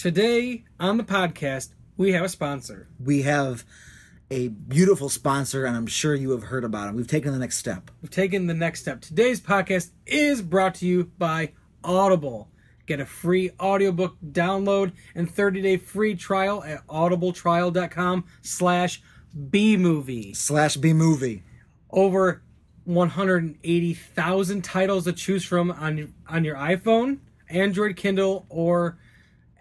Today on the podcast, we have a sponsor. We have a beautiful sponsor, and I'm sure you have heard about him. We've taken the next step. We've taken the next step. Today's podcast is brought to you by Audible. Get a free audiobook download and 30-day free trial at audibletrial.com slash bmovie. Slash B movie. Over 180,000 titles to choose from on your, on your iPhone, Android, Kindle, or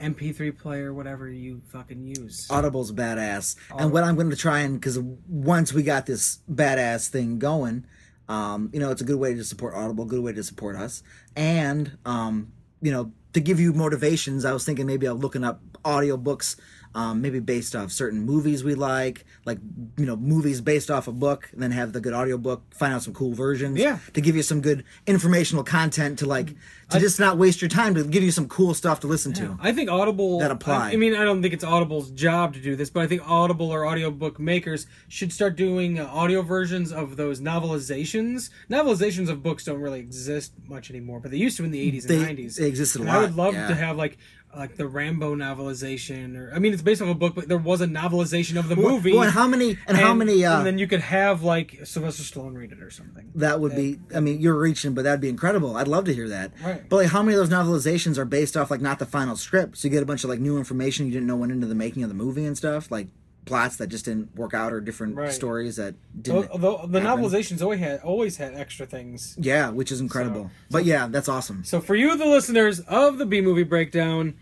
MP3 player, whatever you fucking use. Audible's badass. And what I'm going to try and, because once we got this badass thing going, um, you know, it's a good way to support Audible, good way to support us. And, um, you know, to give you motivations, I was thinking maybe I'm looking up audiobooks, um, maybe based off certain movies we like, like, you know, movies based off a book, and then have the good audiobook, find out some cool versions. Yeah. To give you some good informational content to, like, to just not waste your time, to give you some cool stuff to listen to. I think Audible That apply. I, I mean, I don't think it's Audible's job to do this, but I think Audible or audiobook makers should start doing uh, audio versions of those novelizations. Novelizations of books don't really exist much anymore, but they used to in the 80s They- and 90s. they existed a And I would lot, love yeah. to have like like the Rambo novelization or I mean, it's based off a book, but there was a novelization of the movie. Well, and how many? And, how and- many? Uh, and then you could have like Sylvester Stallone read it or something. that would be. I mean, you're reaching, but that'd be incredible. I'd love to hear that. Right. But like, how many of those novelizations are based off like not the final script? So you get a bunch of like new information you didn't know went into the making of the movie and stuff, like plots that just didn't work out or different Right. Oh. stories that Although didn't. although the happen. novelizations always had always had extra things. Yeah, which is incredible. but yeah, that's awesome. So for you, the listeners of the B Movie Breakdown,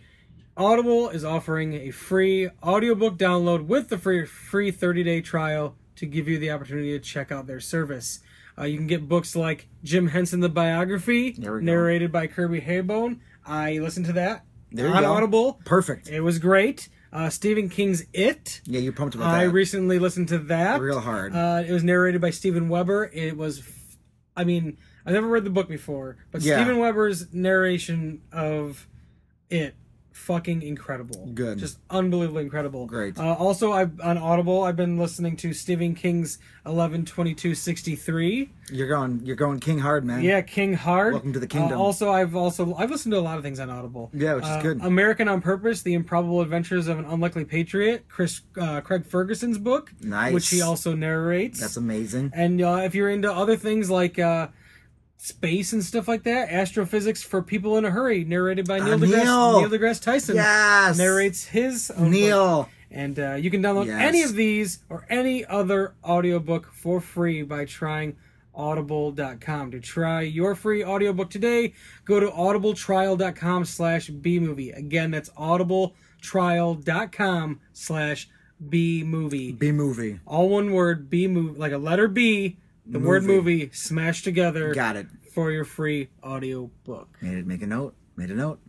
Audible is offering a free audiobook download with the free free 30 day trial to give you the opportunity to check out their service. Uh, you can get books like Jim Henson: The Biography, There we go. narrated by Kirby Haybone. I listened to that There you on go. Audible. Perfect. It was great. Uh, Stephen King's It. Yeah, you're pumped about I that. recently listened to that Real hard. Uh, it was narrated by Steven Weber. It was, f- I mean, I never read the book before, but Yeah. Steven Weber's narration of it fucking incredible. Good. just unbelievably incredible. Great. Uh, also, I've on Audible. I've been listening to Stephen King's eleven twenty two sixty three. you're going. You're going king hard, man. Yeah, King Hard. Mm-hmm. Welcome to the Uh, kingdom. also, I've also I've listened to a lot of things on Audible. Yeah, which is Uh, good. American on Purpose: The Improbable Adventures of an Unlikely Patriot, Chris uh, Craig Ferguson's book, Nice. which he also narrates. That's amazing. and uh, if you're into other things like uh, space and stuff like that, Astrophysics for People in a Hurry, narrated by Neil Ah, deGrasse Neil! Neil deGrasse Tyson, Yes. narrates his own book. Neil. And uh, you can download Yes. any of these or any other audiobook for free by trying audible.com. To try your free audiobook today, go to audibletrial.com slash bmovie. Again, that's audibletrial.com slash bmovie. B movie. All one word, B movie, like a letter B, the word movie smashed together Got it. for your free audiobook. Made it. Make a note. Made a note.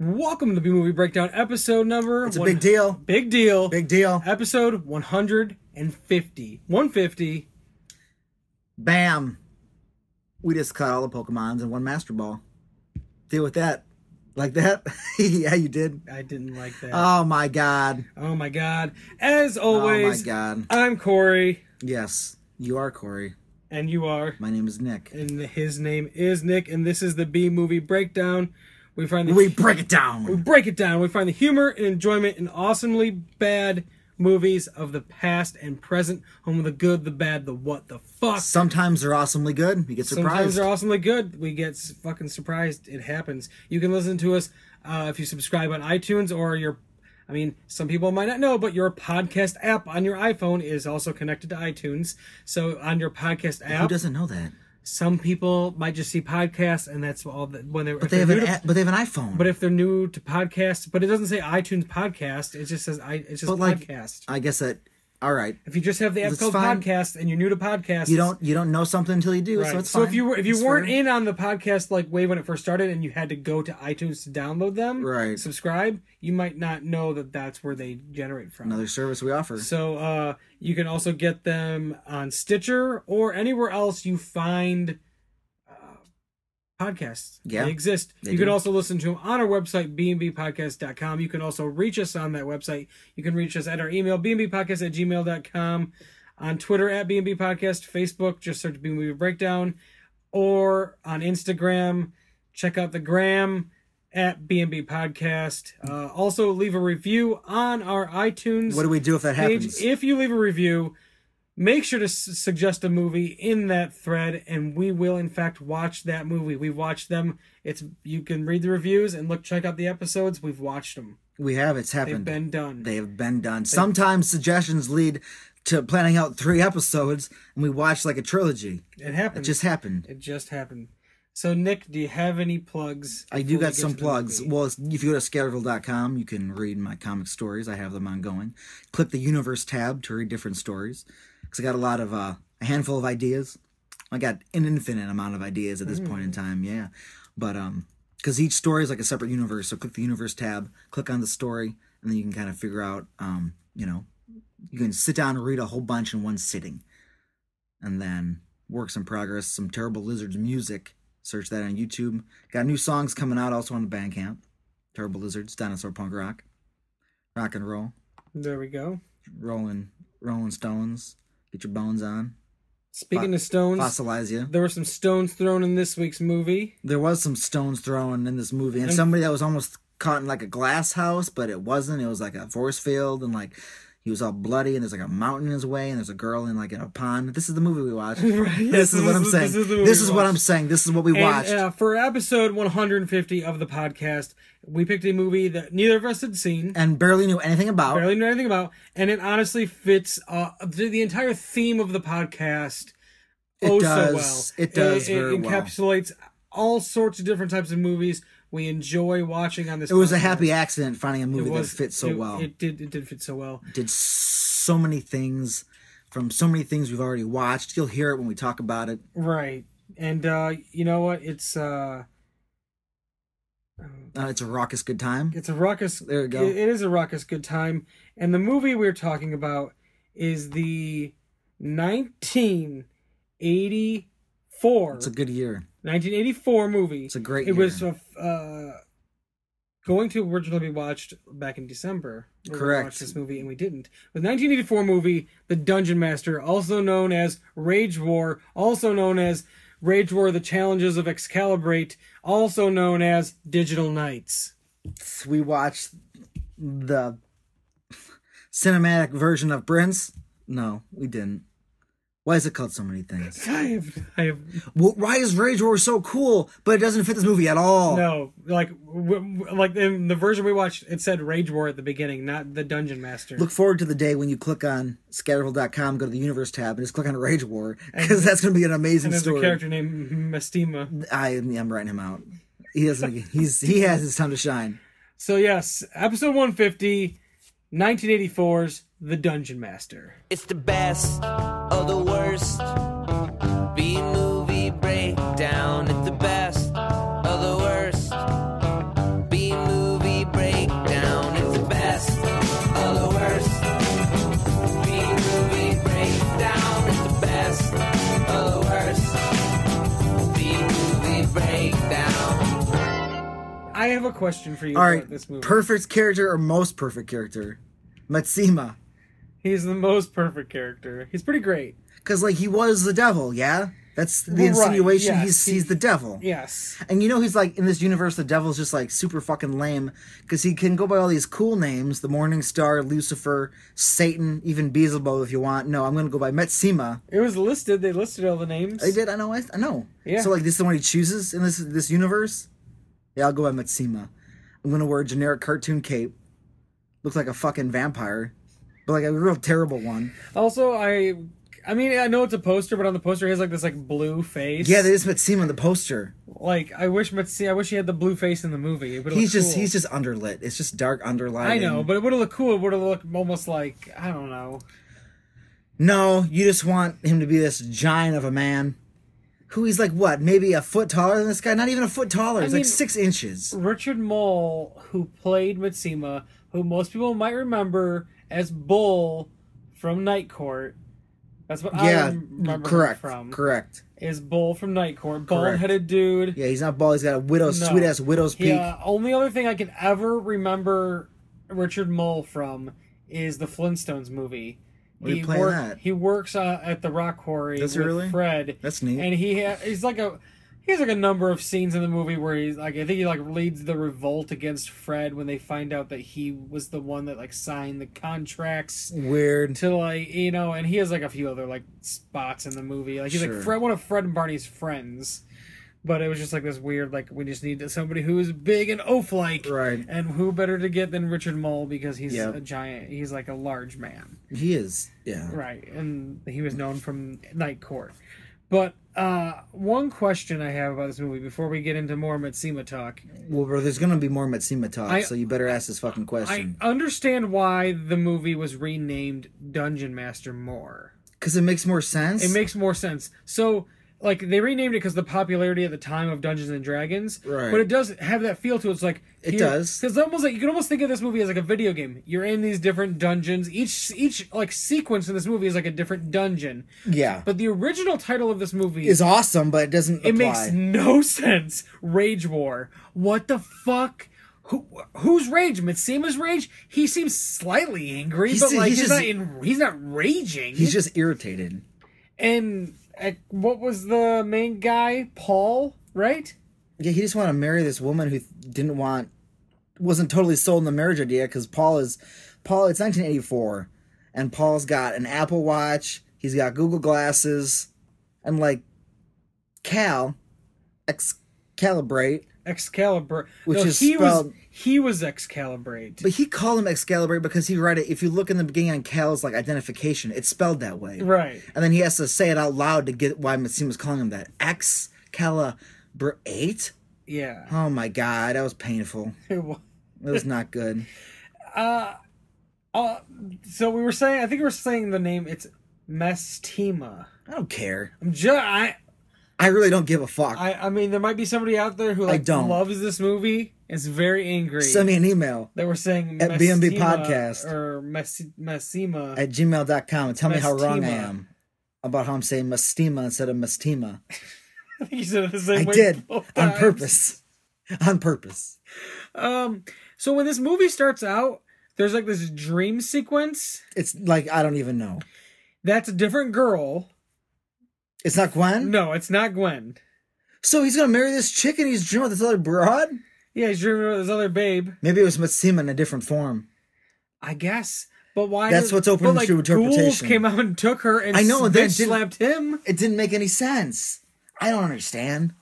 Welcome to the B Movie Breakdown episode number. It's a big deal. Big deal. Big deal. episode 150 150 Bam! We just caught all the Pokemons in one Master Ball. Deal with that. Like that? yeah, you did. i didn't like that Oh my god. oh my god as Oh my always god. i'm corey Yes, you are Corey. and you are My name is Nick. and his name is nick and this is the b movie breakdown we find the We break it down. break it down we find the humor and enjoyment in awesomely bad movies of the past and present home of the good the bad the what the fuck Sometimes they're awesomely good. You get Sometimes surprised. they're awesomely good. We get s- fucking surprised. It happens. You can listen to us uh, if you subscribe on iTunes or your. I mean, some people might not know, but your podcast app on your iPhone is also connected to iTunes. So on your podcast Who app, doesn't know that? some people might just see podcasts, and that's all that when they're. But They have new an to, a- but they have an iPhone. But if they're new to podcasts, but it doesn't say iTunes podcast. It just says i. It's just But, like, podcast. I guess that all right. if you just have the app it's called fine. podcast and you're new to podcasts, You don't you don't know something until you do, Right. so it's so fine. if you were if you It's weren't fair. in on the podcast like way when it first started and you had to go to iTunes to download them, Right. Subscribe, you might not know that that's where they generate from. another service we offer. So uh, you can also get them on Stitcher or anywhere else you find uh, podcasts. Yeah, they exist. you can also listen to them on our website, bnbpodcast.com. You can also reach us on that website. You can reach us at our email, bnbpodcast at gmail.com, on Twitter at bnbpodcast, Facebook, just search B Movie Breakdown, or on Instagram, check out the gram at BNB Podcast. Uh, also, leave a review on our iTunes What do we do if that happens? page. If you leave a review, make sure to s- suggest a movie in that thread, and we will in fact watch that movie. We've watched them. It's you can read the reviews and look check out the episodes. We've watched them. we have. It's They've happened. been done. They have been done. Sometimes suggestions lead to planning out three episodes, and we watch like a trilogy. it happened. It just happened. It just happened. So, Nick, do you have any plugs? I before do we got get some to the plugs. movie? Well, if you go to scarecrow.com, you can read my comic stories. I have them ongoing. Click the universe tab to read different stories because I got a lot of uh, a handful of ideas. I got an infinite amount of ideas at this point in time. Yeah, but um, because each story is like a separate universe. So click the universe tab, click on the story, and then you can kind of figure out. Um, you know, you can sit down and read a whole bunch in one sitting, and then works in progress. Some terrible lizards music. Search that on YouTube. Got new songs coming out also on the Bandcamp. Terrible Lizards, Dinosaur Punk Rock, Rock and Roll, There we go. Rolling, Rolling Stones, Get Your Bones On, Speaking of stones, Fossilize You. there were some stones thrown in this week's movie. There was some stones thrown in this movie, and somebody that was almost caught in like a glass house, but it wasn't. It was like a force field, and like he was all bloody, and there's like a mountain in his way, and there's a girl in like in a pond. This is the movie we watched. Right, This is what I'm saying. This is, the movie This we is what I'm watched. saying. This is what we watched. And, uh, for episode 150 of the podcast, we picked a movie that neither of us had seen, And barely knew anything about. barely knew anything about, and it honestly fits uh, the, the entire theme of the podcast. It oh so does. well. It does It, very well. encapsulates all sorts of different types of movies we enjoy watching on this. It was a happy accident finding a movie was- that fit so it- well. It did. It did fit so well. did so many things from so many things we've already watched. You'll hear it when we talk about it. Right. And uh, you know what? It's uh, Uh, it's a raucous good time. it's a ruckus. There we go. it- it is a ruckus good time. And the movie we're talking about is the 1984. It's a good year. 1984 movie. It's a great It year. was a f- uh, going to originally be watched back in December. We were gonna Correct. watch this movie and we didn't. The 1984 movie, The Dungeon Master, also known as Rage War, also known as Rage War: The Challenges of Excalibrate, also known as Digital Knights. We watched the cinematic version of Prince. No, we didn't. Why is it called so many things? I have, I have Wh- Why is Rage War so cool, but it doesn't fit this movie at all? no like w- w- like in the version we watched. It said Rage War at the beginning, not the Dungeon Master. Look forward to the day when you click on scatterful.com, go to the universe tab, and just click on Rage War, because that's going to be an amazing There's story. a character named Mestima. I am writing him out. He doesn't. He's he has his time to shine. So yes, episode 150, 1984's The Dungeon Master. It's the best of the worst. B movie breakdown. It's the best of the worst. B movie breakdown. It's the best of the worst. B movie breakdown. It's the best of the worst. B movie breakdown. I have a question for you All about right, this movie. perfect character or most perfect character, Matsima, He's the most perfect character. He's pretty great. because like he was the devil. Yeah, that's the Right, insinuation. yes, he's he- he's the devil. Yes. And you know he's like in this universe, the devil's just like super fucking lame because he can go by all these cool names: the Morning Star, Lucifer, Satan, even Beelzebub if you want. No, I'm gonna go by Matsima. It was listed. They listed all the names. They did. I know. I, I know. Yeah. So like, this is the one he chooses in this this universe. Yeah, I'll go by Matsima. I'm gonna wear a generic cartoon cape. Look like a fucking vampire, but like a real terrible one. Also, I I mean, I know it's a poster, but on the poster he has like this like blue face. Yeah, there's Matsima in the poster. like I wish Matsi I wish he had the blue face in the movie. It would've He's looked just cool. he's just underlit. It's just dark underlining. I know, but it would have looked cool. It would have looked almost like I don't know. no, you just want him to be this giant of a man. Who he's like what? Maybe a foot taller than this guy? Not even a foot taller. He's like mean- six inches. Richard Mole, who played Mitsima, who most people might remember as Bull from Night Court. That's what I Yeah, remember correct. him from. Correct. Is Bull from Night Court. Bald headed dude. Yeah, he's not bald. He's got a widow, No. sweet ass widow's peak. Yeah, only other thing I can ever remember Richard Mole from is the Flintstones movie. What did he play in that? He works uh, at the rock quarry Does he with really? Fred. That's neat. And he ha- he's like a he has like a number of scenes in the movie where he's like I think he like leads the revolt against Fred when they find out that he was the one that like signed the contracts Weird. to like you know and he has like a few other like spots in the movie like he's Sure. like Fred one of Fred and Barney's friends but it was just like this weird like we just need somebody who is big and oaf like Right. and who better to get than Richard Mole because he's Yep. a giant he's like a large man He is. Yeah. Right, and he was known from Night Court. But uh, one question I have about this movie before we get into more Matsima talk, Well, bro, there's gonna be more Matsima talk, I- so you better ask this fucking I question understand why the movie was renamed Dungeon Master more. because it makes more sense. It makes more sense. So, like, they renamed it because the popularity at the time of Dungeons and Dragons. Right. But it does have that feel to it. It's like It does. Because almost like you can almost think of this movie as like a video game. You're in these different dungeons. Each each like sequence in this movie is like a different dungeon. yeah. But the original title of this movie is awesome, but it doesn't. It apply. makes no sense. Rage War. What the fuck? Who, who's rage? Mitsuma's rage. He seems slightly angry, He's- but like he's he's, just- not in. He's not raging. He's just irritated. and uh, what was the main guy? Paul, right? Yeah, he just wanted to marry this woman who didn't want, wasn't totally sold on the marriage idea because Paul is, Paul. It's 1984, and Paul's got an Apple Watch. He's got Google glasses, and like, Cal, excalibrate. Excalibur. Which is he spelled- was he was Excalibrate. But he called him Excalibur because he read it. If you look in the beginning on Cal's like identification, it's spelled that way. right. And then he has to say it out loud to get why Massima's calling him that. Excalibrate. Yeah. Oh my god, that was painful. It was not good. uh, so we were saying. I think we were saying the name. It's Mestima. I don't care. I'm just. I, I really don't give a fuck. I, I mean, there might be somebody out there who like don't. loves this movie. Is very angry Send me an email that we're saying At B&B Messima Podcast. or Messi- Messima. at gmail.com and tell me how wrong I Mestima. am about how I'm saying Mestima instead of Mestima. I think you said it the same I way did both on times. purpose. On purpose. Um, so when this movie starts out, there's like this dream sequence. It's like I don't even know. That's a different girl. It's not Gwen. No, it's not Gwen. So he's gonna marry this chick and he's dreaming about this other broad. Yeah, he's dreaming about this other babe. Maybe it was Mestima in a different form. I guess. But why? That's what's open but, to Ghouls interpretation. came out and took her, and I know, and then bitch didn't- slapped him. It didn't make any sense. I don't understand.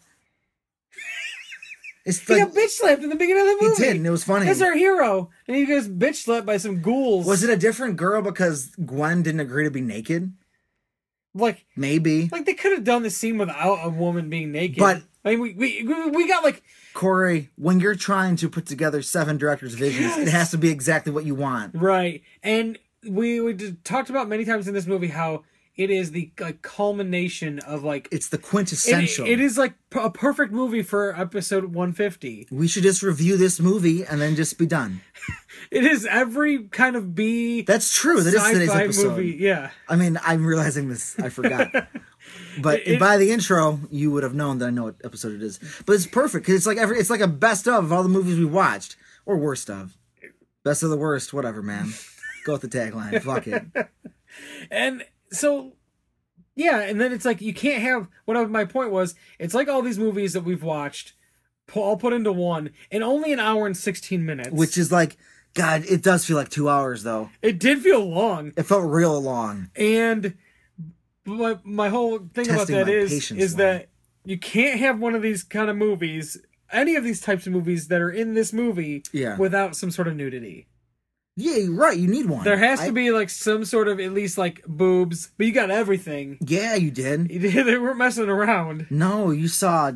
It's He like got bitch slapped in the beginning of the he movie. did, and it was funny. That's our hero, and he gets bitch slapped by some ghouls. Was it a different girl because Gwen didn't agree to be naked? like Maybe. like they could have done the scene without a woman being naked? But- I mean, we we, we- we got like Corey, when you're trying to put together seven directors' visions, it has to be exactly what you want. right, and we we did, talked about many times in this movie how it is the like culmination of like It's the it- quintessential. it is like p- a perfect movie for episode one fifty. We should just review this movie and then just be done. It is every kind of B That's true. That is today's sci-fi episode. movie. Yeah, I mean, I'm realizing this. I forgot. But It- by the intro, you would have known that I know what episode it is. But it's perfect because it's like every, it's like a best of, of all the movies we watched or worst of, best of the worst, whatever, man. Go with the tagline. Fuck it. and so yeah and then it's like you can't have what I, my point was it's like all these movies that we've watched pu- all put into one and only an hour and 16 minutes which is like god it does feel like two hours though it did feel long it felt real long and my, my whole thing about Testing that my is patience, is Lauren. that you can't have one of these kind of movies any of these types of movies that are in this movie Yeah. without some sort of nudity yeah you're right you need one there has I- to be like some sort of at least like boobs but you got everything yeah you did they weren't messing around no you saw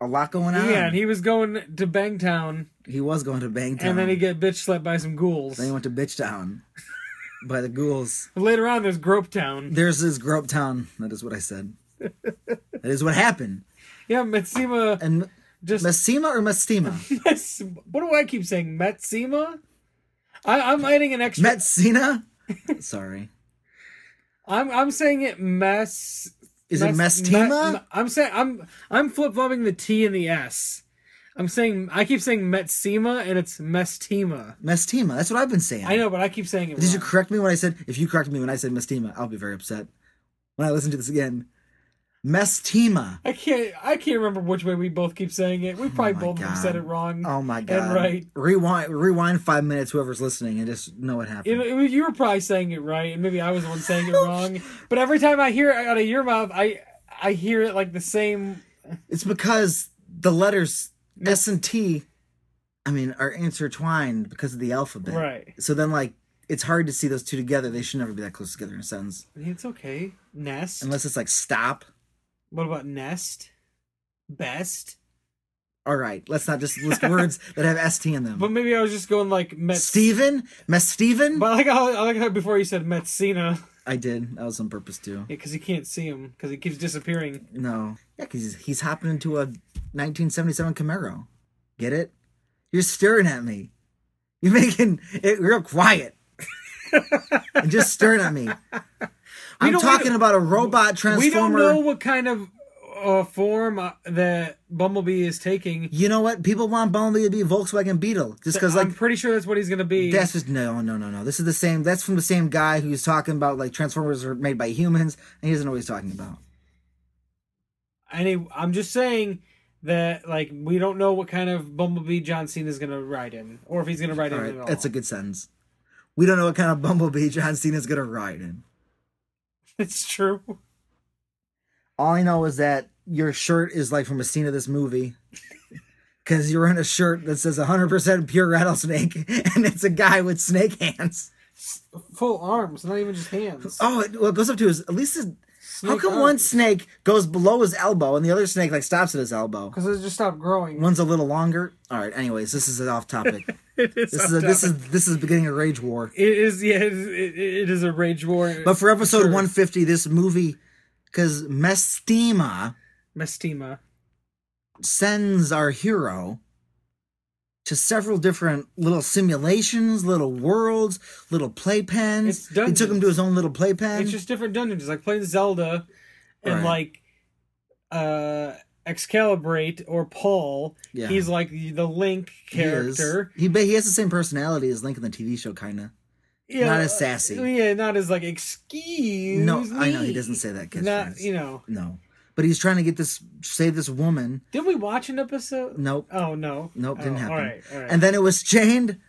a lot going on Yeah, and he was going to Bangtown, He was going to bangtown and then he get bitch slapped by some ghouls. then he went to bitch town by the ghouls Later on, there's Grope Town. there's this grope town that is what i said that is what happened Yeah, Metsima. and Just Massima or Mestima? Mets- what do I keep saying? Metsima. I, I'm adding an extra. Metsina? Sorry. I'm I'm saying it mess. Is it mess- Mestima? me- I'm saying I'm I'm flip flopping the T and the S. I'm saying I keep saying Metsima and it's Mestima. Mestima. That's what I've been saying. I know, but I keep saying it. Did you wrong. correct me when I said? If you correct me when I said Mestima, I'll be very upset. When I listen to this again, Mestima. I can't. I can't remember which way we both keep saying it. We probably Oh my both God. said it wrong. Oh my And god! right. Rewind. Rewind five minutes. Whoever's listening and just know what It- happened. it was- you were probably saying it right, and maybe I was the one saying it wrong. But every time I hear it out of your mouth, I I hear it like the same. it's because the letters S and T, I mean, are intertwined because of the alphabet. Right. So then, like, it's hard to see those two together. They should never be that close together in a sentence, It's okay. Nest. unless it's like stop. what about nest? Best. All right, let's not just list words that have S T in them. But maybe I was just going like Met. Steven? Mess Steven? But I like how I like how before you said Metsina I did. That was on purpose too. because you can't see him because he keeps disappearing. No. Yeah, because he's, he's hopping into a 1977 Camaro. Get it? You're staring at me. You're making it real quiet. and just staring at me. I'm don't- we talking don't- about a robot We don't transformer. know what kind of uh, form uh, that Bumblebee is taking. You know what? People want Bumblebee to be Volkswagen Beetle. Just because, like, I'm pretty sure that's what he's gonna be. That's just no, no, no, no. This is the same. That's from the same guy who's talking about like Transformers are made by humans, and he doesn't know what he's talking about. And he- I'm just saying that like we don't know what kind of Bumblebee John Cena is gonna ride in, or if he's gonna ride All in right, at all. that's a good sentence. We don't know what kind of bumblebee John Cena's gonna ride in. it's true. All I know is that your shirt is like from a scene of this movie, because you're in a shirt that says 100% pure rattlesnake, and it's a guy with snake hands. Full arms, not even just hands. Oh, it, well, it goes up to his. At least, his, how Snake come arms. one snake goes below his elbow and the other snake like stops at his elbow? Because it just stopped growing. One's a little longer. All right. Anyways, this is off topic. this is a, this is this is beginning a rage war. It is yeah. It is, it, it is a rage war. But for episode Sure. 150, this movie, because Mestima Mestima. sends our hero to several different little simulations, little worlds, little playpens. It's He took him dungeons. to his own little playpen. It's just different dungeons. It's like playing Zelda, and Right. like, uh, Excalibrate or Paul. Yeah. He's like the, the Link He is- character. He, ba he has the same personality as Link in the TV show, kind of. Yeah, Not as sassy. uh, Yeah, not as like excuse. No, I know he me." doesn't say that. Not catchphrase. you know. No, but he's trying to get this save this woman. Did we watch an episode? Nope. Oh no. Nope, didn't Oh, happen. All right, all right. And then it was chained.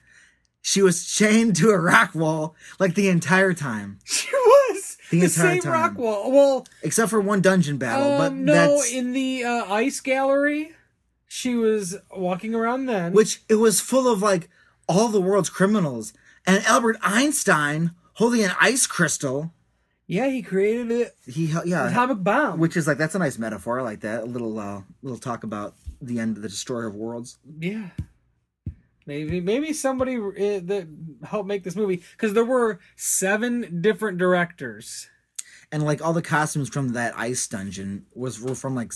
She was chained to a rock wall like the entire time, she was The the, entire same time. rock wall. Well, except for one dungeon battle. but um, no, that's in the uh, ice gallery, she was walking around then. which it was full of like all the world's criminals and Albert Einstein holding an ice crystal. yeah, he created it. He hel- yeah, Atomic bomb. Uh, which is like that's a nice metaphor. I like that. A little uh, little talk about the end of the destroyer of worlds. Yeah. Maybe maybe somebody uh, that helped make this movie because there were seven different directors. and like all the costumes from that ice dungeon was were from like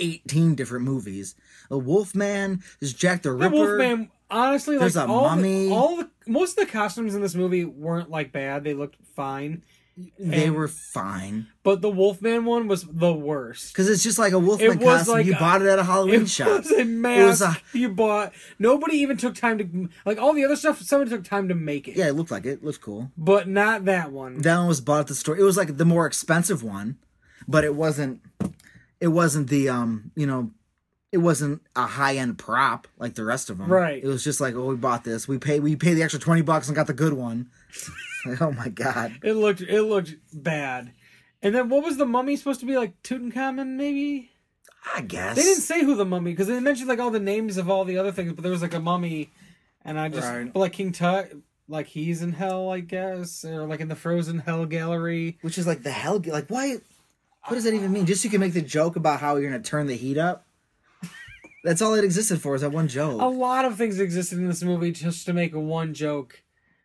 18 different movies. A Wolfman, there's Jack the The Ripper. Wolfman, honestly, like There's a all mummy. the, all the most of the costumes in this movie weren't like bad; they looked fine. They and- were fine But the Wolfman one was the worst. because it's just like a Wolfman It was costume. like you a- bought it at a Halloween It shop. was a mask a- you bought. Nobody even took time to like all the other stuff. Someone took time to make it, yeah, it looked like it. it looked cool. but not that one. That one was bought at the store. It was like the more expensive one, but it wasn't. It wasn't the um. You know, it wasn't a high end prop like the rest of them. Right. It was just like, oh, we bought this. We pay. We pay the extra twenty bucks and got the good one. Like, oh my god. It looked it looked bad. And then what was the mummy supposed to be like? Tutankhamun, maybe? I guess They didn't say who the mummy because they mentioned like all the names of all the other things, but there was like a mummy, and I just Right. but, like King Tut, like he's in hell, I guess, or like in the Frozen Hell Gallery. Which is like the hell. Like, why? What does that even mean? Just so you can make the joke about how you're gonna turn the heat up. That's all it existed for is that one joke. A lot of things existed in this movie just to make one joke.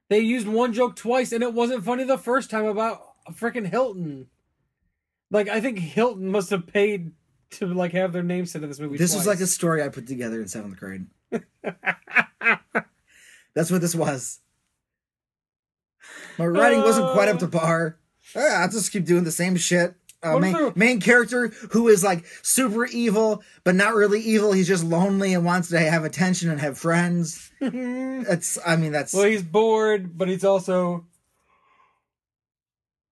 They used one joke twice, and it wasn't funny the first time about frickin' Hilton. Like I think Hilton must have paid to like have their name said in this movie. this was twice. like a story I put together in seventh grade. That's what this was. My writing wasn't quite up to par. Ah, I'll just keep doing the same shit. Uh, Uh. What if main, there- main character who is like super evil, but not really evil. He's just lonely and wants to have attention and have friends. Hmm. That's, I mean, that's Well, he's bored, but he's also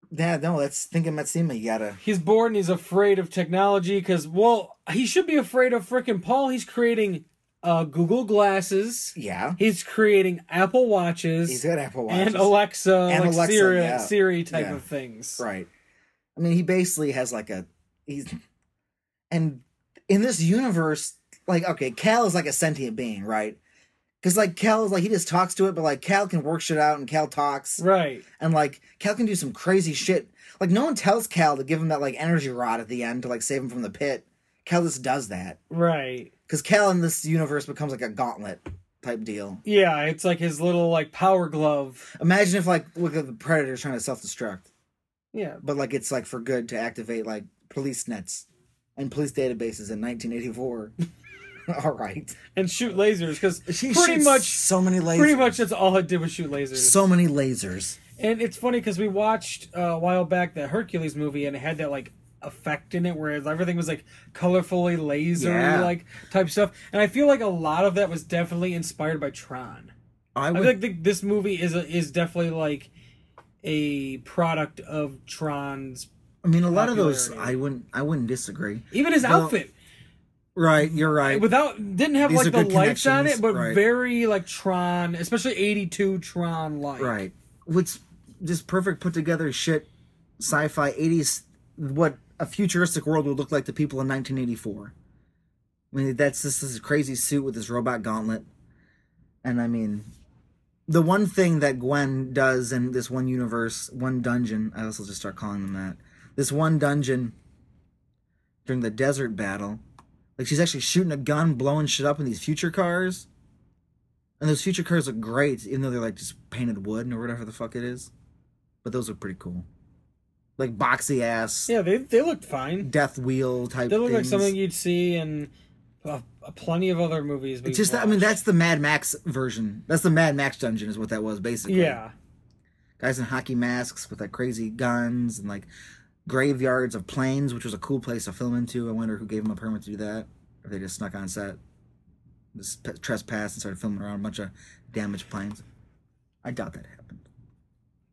Yeah, no, that's thinking Matsima. You gotta. He's bored and he's afraid of technology because, well, he should be afraid of frickin' Paul. He's creating uh, Google Glasses. Yeah, He's creating Apple Watches he's got Apple Watch. and Alexa, And like Alexa, Siri, yeah. Siri type Yeah. of things. Right. I mean, he basically has like a he's, and in this universe, like okay, Cal is like a sentient being, right? Because like Cal is like he just talks to it, but like Cal can work shit out, and Cal talks, Right. and like Cal can do some crazy shit. Like no one tells Cal to give him that like energy rod at the end to like save him from the pit. Cal just does that Right. because Cal in this universe becomes like a gauntlet type deal. Yeah, it's like his little like power glove. Imagine if like look at the predator trying to self destruct. Yeah. but like it's like for good to activate like police nets and police databases in 1984. All right, And shoot lasers because she pretty shoots much so many lasers, pretty much that's all it did was shoot lasers. so many lasers. And it's funny because we watched uh, a while back the Hercules movie, and it had that like effect in it where everything was like colorfully laser Yeah. like type stuff. And I feel like a lot of that was definitely inspired by Tron. I I would feel like th- this movie is a, is definitely like a product of Tron's. I mean a lot of those Popularity. I wouldn't I wouldn't disagree. Even his Well, outfit, Right, you're right. without didn't have These like are the good lights on it, connections, but right. very like Tron, especially '82 Tron light. Right. What's just perfect put together shit sci-fi 80s what a futuristic world would look like to people in 1984. I mean that's this is a crazy suit with this robot gauntlet. And I mean the one thing that Gwen does in this one universe, one dungeon, I also just start calling them that. This one dungeon during the desert battle, like she's actually shooting a gun, blowing shit up in these future cars. And those future cars look great, even though they're like just painted wood or whatever the fuck it is. But those are pretty cool. Like boxy ass Yeah, they they looked fine. death wheel type. They look like things. something you'd see in uh, plenty of other movies. It's just that, I mean that's the Mad Max version. That's the Mad Max dungeon is what that was basically. yeah, Guys in hockey masks with like crazy guns and like graveyards of planes, which was a cool place to film into. I wonder who gave them a permit to do that. Or they just snuck on set, just pe- trespassed and started filming around a bunch of damaged planes. I doubt that happened.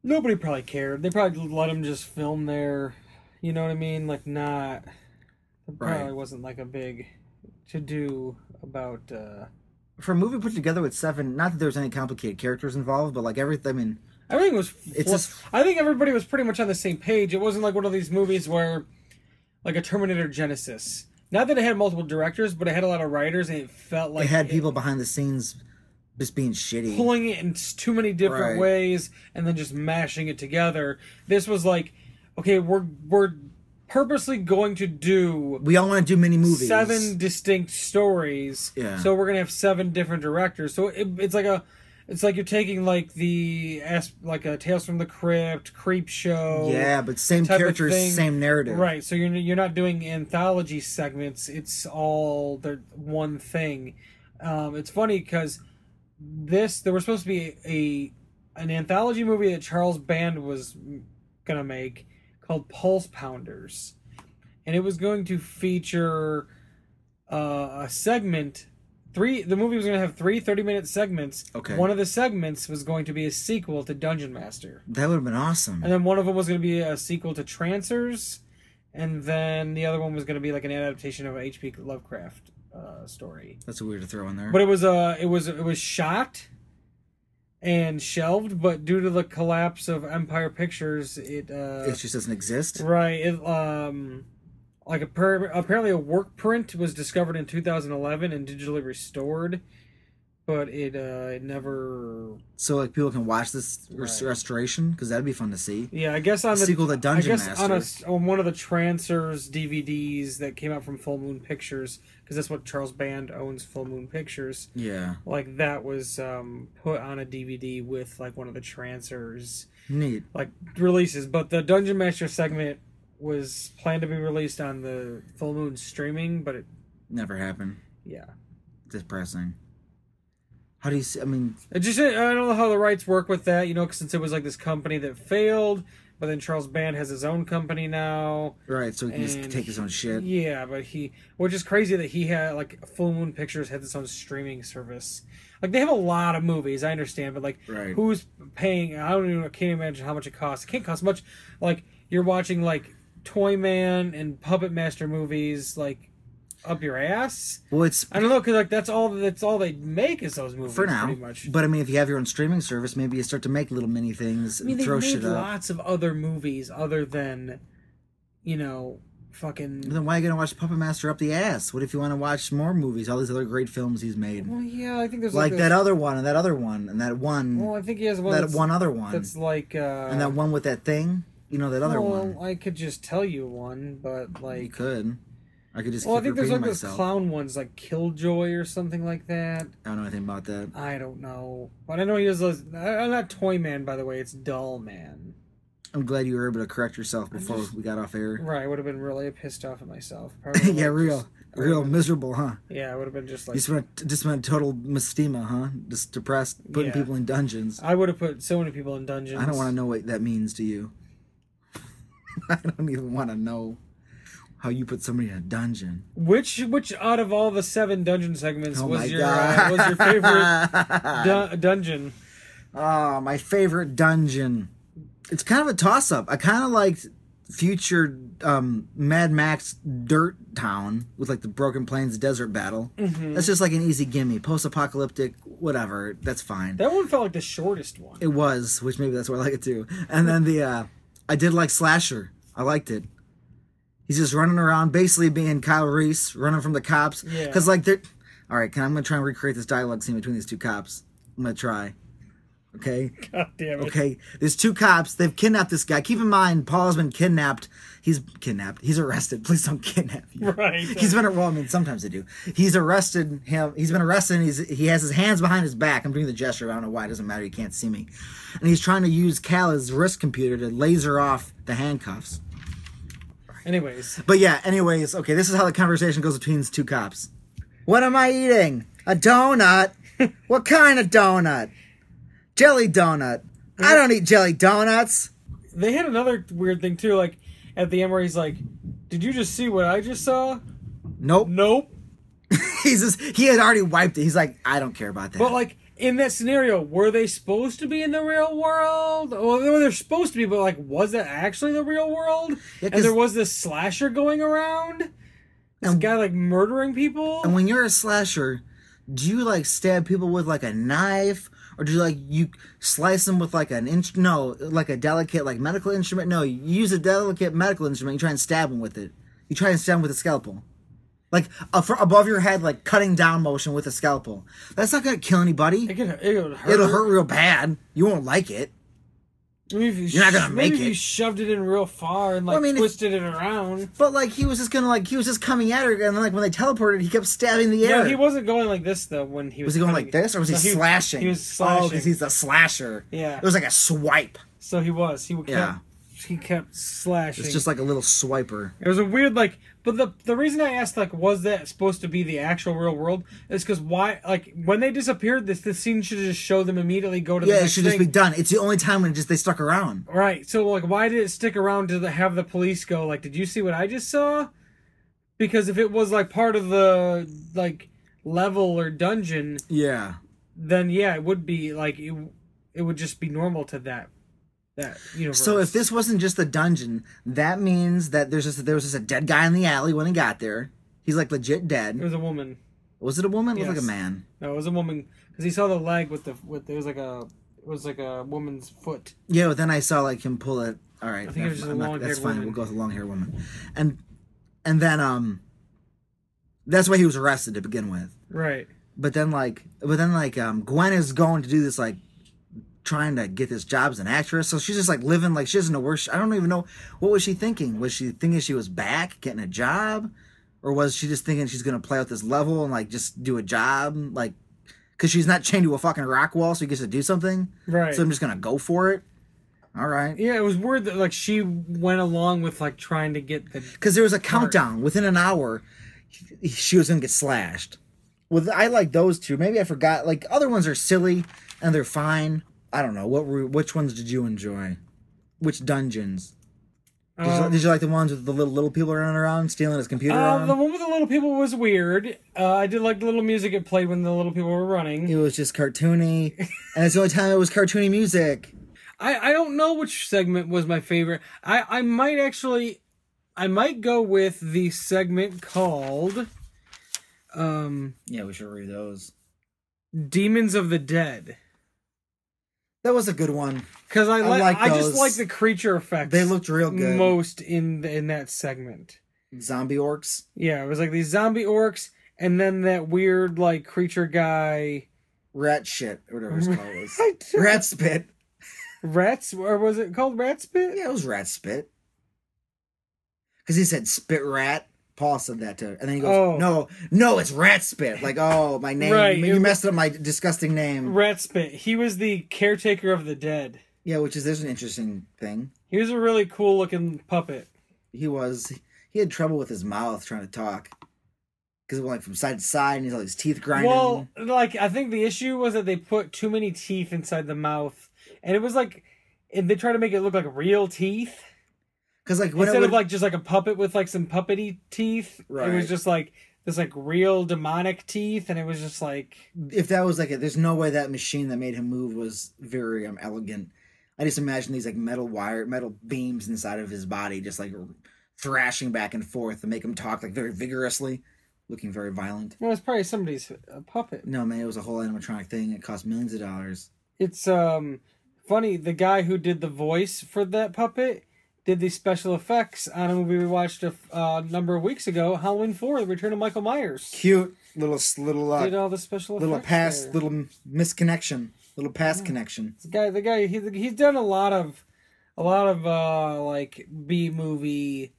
nobody probably cared. They probably let them just film there. You know what I mean? Like not. There Right. probably wasn't like a big to do about. uh for a movie put together with seven, not that there was any complicated characters involved, but like everything. I mean, Everything was. It's Fl- just- I think everybody was pretty much on the same page. It wasn't like one of these movies where, like a Terminator Genesis. Not that it had multiple directors, but it had a lot of writers, and it felt like it had people behind the scenes just being shitty. pulling it in s- too many different Right. ways and then just mashing it together. This was like, okay, we're we're purposely going to do we all want to do mini movies. seven distinct stories. Yeah. So we're gonna have seven different directors. So it, it's like a it's like you're taking like the as like a Tales from the Crypt, Creep Show. Yeah, but same type of characters, thing. same narrative. Right. So you're you're not doing anthology segments. It's all the one thing. Um, it's funny because this there was supposed to be a an anthology movie that Charles Band was gonna make called Pulse Pounders, and it was going to feature uh, a segment. Three, the movie was going to have three 30 minute segments. Okay. One of the segments was going to be a sequel to Dungeon Master. That would have been awesome. And then one of them was going to be a sequel to Trancers, and then the other one was going to be like an adaptation of a H.P. Lovecraft uh, story. That's weird to throw in there. But it was uh it was it was shot and shelved, but due to the collapse of Empire Pictures, it uh it just doesn't exist. right it um like a per- apparently a work print was discovered in 2011 and digitally restored, but it uh it never So like people can watch this res- Right. restoration because that'd be fun to see. yeah I guess on the Sequel to Dungeon I guess Master. on a s on one of the Trancers DVDs that came out from Full Moon Pictures, because that's what Charles Band owns, Full Moon Pictures. yeah, Like that was um, put on a DVD with like one of the Trancers neat. like releases, but the Dungeon Master segment was planned to be released on the Full Moon streaming, but it Never happened. yeah, Depressing. How do you? See, I mean, it just I don't know how the rights work with that, you know, 'cause since it was like this company that failed, But then Charles Band has his own company now. Right, so he can And just take his own shit. Yeah, but he, which is crazy that he had like Full Moon Pictures had its own streaming service. Like they have a lot of movies, I understand, but like Right. who's paying? I don't even. I can't imagine how much it costs. It can't cost much. Like you're watching like Toy Man and Puppet Master movies, like up your ass. Well, it's I don't know, cause like that's all that's all they make is those movies for now. pretty much. But I mean, if you have your own streaming service, maybe you start to make little mini things I mean, and they throw made shit up. lots of other movies other than, you know, fucking. Then why are you gonna watch Puppet Master up the ass? What if you want to watch more movies? All these other great films he's made, Well, yeah, I think there's like like, that those- other one and that other one and that one, Well, I think he has one. that that's- one other one, That's like uh and that one with that thing. You know that other well, one. I could just tell you one, but You like could. I could just Well, I keep think there's repeating like those myself. clown ones like Killjoy or something like that. I don't know anything about that. I don't know. But I know he has those uh, not Toy Man by the way, it's Doll Man. I'm glad you were able to correct yourself before just- we got off air. Right, I would have been really pissed off at myself. Probably yeah, like, real, just- real miserable, huh? yeah, I would have been just You like just went, just went total mistema, huh? Just depressed, putting Yeah. people in dungeons. I would have put so many people in dungeons. I don't want to know what that means to you. I don't even want to know how you put somebody in a dungeon. Which which out of all the seven dungeon segments Oh my was your uh, god! was your favorite dun- dungeon? oh, my favorite dungeon. It's kind of a toss up. I kind of liked future um, Mad Max Dirt Town with like the Broken Plains Desert Battle. That's just like an easy gimme. Post apocalyptic, whatever. That's fine. That one felt like the shortest one. It was, which maybe that's why I like it too. And then the uh I did like Slasher. I liked it. He's just running around, basically being Kyle Reese, running from the cops. Yeah. Cause like they're all right. Can I'm gonna try and recreate this dialogue scene between these two cops. I'm gonna try. Okay. God damn it. Okay. There's two cops. They've kidnapped this guy. Keep in mind, Paul's been kidnapped. He's kidnapped. He's arrested. Please don't kidnap you. Right. He's been well. I mean, sometimes they do. He's arrested him. He's been arrested. And he's he has his hands behind his back. I'm doing the gesture. I don't know why. It doesn't matter. You can't see me. And he's trying to use Cal's wrist computer to laser off the handcuffs. Anyways, But yeah. Anyways, okay. This is how the conversation goes between these two cops. What am I eating? A donut. what kind of donut? Jelly donut. I don't eat jelly donuts. they had another weird thing too. Like at the end where he's like, "Did you just see what I just saw?" Nope. Nope. He's just, he had already wiped it. He's like, I don't care about that. But like in that scenario, were they supposed to be in the real world? Well, they were supposed to be, but like, was that actually the real world? Yeah, and 'cause- there was this slasher going around. This And- guy like murdering people. And when you're a slasher, do you like stab people with like a knife, or do you like you slice them with like an inch? No, like a delicate like medical instrument. No, you use a delicate medical instrument. You try and stab them with it. You try and stab them with a scalpel, like uh, for above your head, like cutting down motion with a scalpel. That's not gonna kill it anybody. could, it would hurt. It'll hurt real bad. You won't like it. Maybe if you You're not gonna maybe make if it. You shoved it in real far and like Well, I mean, if- twisted it around. But like he was just gonna like he was just coming at her, and then like when they teleported, he kept stabbing the air. No, he wasn't going like this though. When he was, Was he going cutting like it. this, or was No, he, slashing? He was Oh, slashing. because he's a slasher. Yeah. It was like a swipe. So he was. He kept. Yeah. He kept slashing. It's just like a little swiper. it was a weird like. But the the reason I asked like was that supposed to be the actual real world is because why like when they disappeared this this scene should just show them immediately go to the Yeah, it next should thing. just be done. It's the only time when it just they stuck around. Right. So like why did it stick around to the, have the police go like did you see what I just saw? Because if it was like part of the like level or dungeon, Yeah. then yeah, it would be like it it would just be normal to that that universe. So if this wasn't just the dungeon, that means that there's just there was just a dead guy in the alley when he got there. He's like legit it dead. was a woman. Was it a woman? It looked Yes. like a man. No, it was a woman because he saw the leg with the with it was like a it was like a woman's foot. Yeah, but then I saw like him pull it. All right, think it was just a I'm not- long-haired that's fine. woman. We'll go with a long haired woman, and and then um, that's why he was arrested to begin with. Right. but then like but then like um gwen is going to do this like trying to get this job as an actress so she's just like living like she doesn't know where she, i don't even know what was she thinking was she thinking she was back getting a job or was she just thinking she's gonna play out this level and like just do a job like because she's not chained to a fucking rock wall so you gets to do something Right. so i'm just gonna go for it all right yeah, it was weird that like she went along with like trying to get the because there was a countdown within an hour he- she was gonna get slashed well i like those two maybe i forgot like other ones are silly and they're fine i don't know what were, which ones did you enjoy Which dungeons? Did, you, Um, did you like the ones with the little little people running around stealing his computer? uh, on the him? one with the little people was weird. Uh, I did like the little music it played when the little people were running. It was just cartoony, and it's the only time it was cartoony music. I, I don't know which segment was my favorite. I, I might actually I might go with the segment called um Yeah, we should read those. Demons of the Dead. That was a good one. Cuz I, I like like I just those. like the creature effects. They looked real good. most in the, in that segment. Zombie orcs. Yeah, it was like these zombie orcs and then that weird like creature guy rat shit or whatever his call was. Right. rat spit. rats or was it called rat spit? Yeah, it was rat spit. Because he said spit rat. Paul said that to her. And then he goes, Oh. no, no, it's rat spit. Like, oh, my name. Right, You it- messed up my disgusting name. Rat spit. He was the caretaker of the dead. Yeah, which is, there's an interesting thing. He was a really cool looking puppet. He was, he had trouble with his mouth trying to talk. Because it went like from side to side and he's all his teeth grinding. Well, like I think the issue was that they put too many teeth inside the mouth, and it was like, and they tried to make it look like real teeth Because, like, when it instead would, of like just like a puppet with like some puppety teeth. It Right. was just like this like real demonic teeth, and it was just like if that was like a, there's no way that machine that made him move was very um, elegant. I just imagine these like metal wire, metal beams inside of his body, just like thrashing back and forth to make him talk like very vigorously, looking very violent. well, it's probably somebody's uh, puppet. No man, it was a whole animatronic thing. It cost millions of dollars. It's um funny the guy who did the voice for that puppet did the special effects on a movie we watched a f- uh, number of weeks ago, Halloween Four: The Return of Michael Myers. Cute little little uh, Did all the special little effects pass, there. little misconnection, little pass connection. The guy, the guy, he's he's done a lot of, a lot of uh like B movie,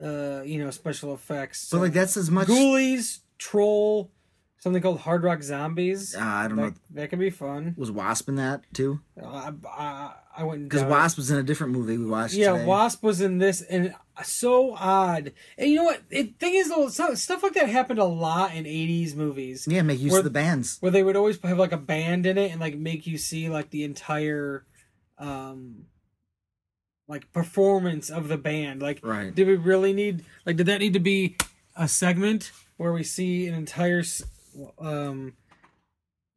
uh you know special effects. But like that's as much. Ghoulies, Troll, something called Hard Rock Zombies. Ah, I don't that, know. That can be fun. Was Wasp in that too? I I, I wouldn't Because doubt it. Wasp was in a different movie we watched. Yeah, today. Wasp was in this, and so odd. And you know what? It thing is though, so- stuff like that happened a lot in '80s movies. Yeah, make use Where- of the bands. where they would always have like a band in it and like make you see like the entire um like performance of the band like Right. did we really need like did that need to be a segment where we see an entire s- um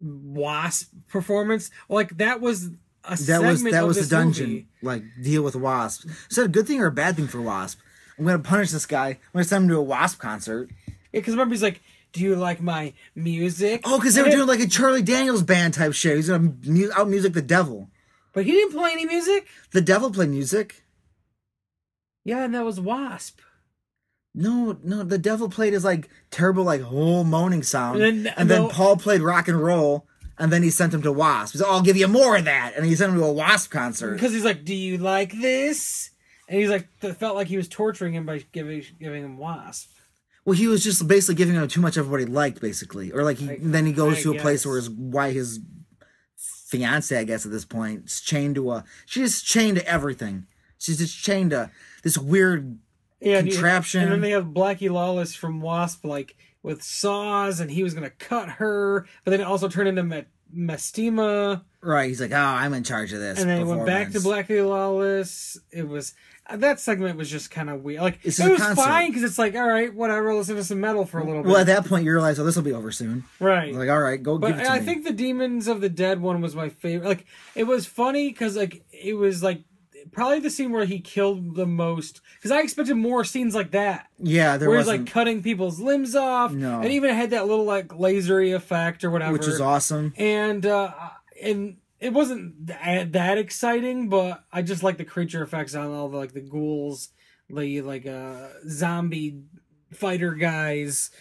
wasp performance like that was a that was segment that of was the this dungeon. movie. Like deal with wasps. Is that a good thing or a bad thing for wasp? I'm gonna punish this guy. I'm gonna send him to a wasp concert. yeah because remember he's like do you like my music Oh, because they And were it- doing like a Charlie Daniels band type shit. He's gonna mu- out music the devil. but he didn't play any music The devil play music. yeah and that was wasp No, no, the devil played his like terrible like whole moaning sound, And and then- then, no. Paul played rock and roll, and then he sent him to Wasp. He's like, "I'll give you more of that," and he sent him to a Wasp concert. because he's like, "Do you like this?" And he's like, th- felt like he was torturing him by giving giving him wasp. Well, he was just basically giving him too much of what he liked, basically, or like he, then he goes I to a guess. place where his why his fiance, I guess, at this point, is chained to a. She's just chained to everything. She's just chained to this weird. Yeah, and you- Contraption. and then they have Blackie Lawless from Wasp, like with saws, and he was gonna cut her, but then it also turned into me- Mestima, Right, he's like, oh, I'm in charge of this. and then it went back to performance." Blackie Lawless. It was uh, that segment was just kind of weird. Like It's it a was fine 'cause concert. fine because it's like, all right, whatever, listen to some metal for a little bit, Well, at that point, you realize, oh, this will be over soon. right? He's like, all right, go But give it to I me. think the Demons of the Dead one was my favorite. Like it was funny because like it was like probably the scene where he killed the most. Because I expected more scenes like that, yeah, there where was he's like cutting people's limbs off, No. and even had that little like lasery effect or whatever, which was awesome. And uh, and it wasn't that, that exciting, but I just like the creature effects on all the like the ghouls, the like uh zombie fighter guys.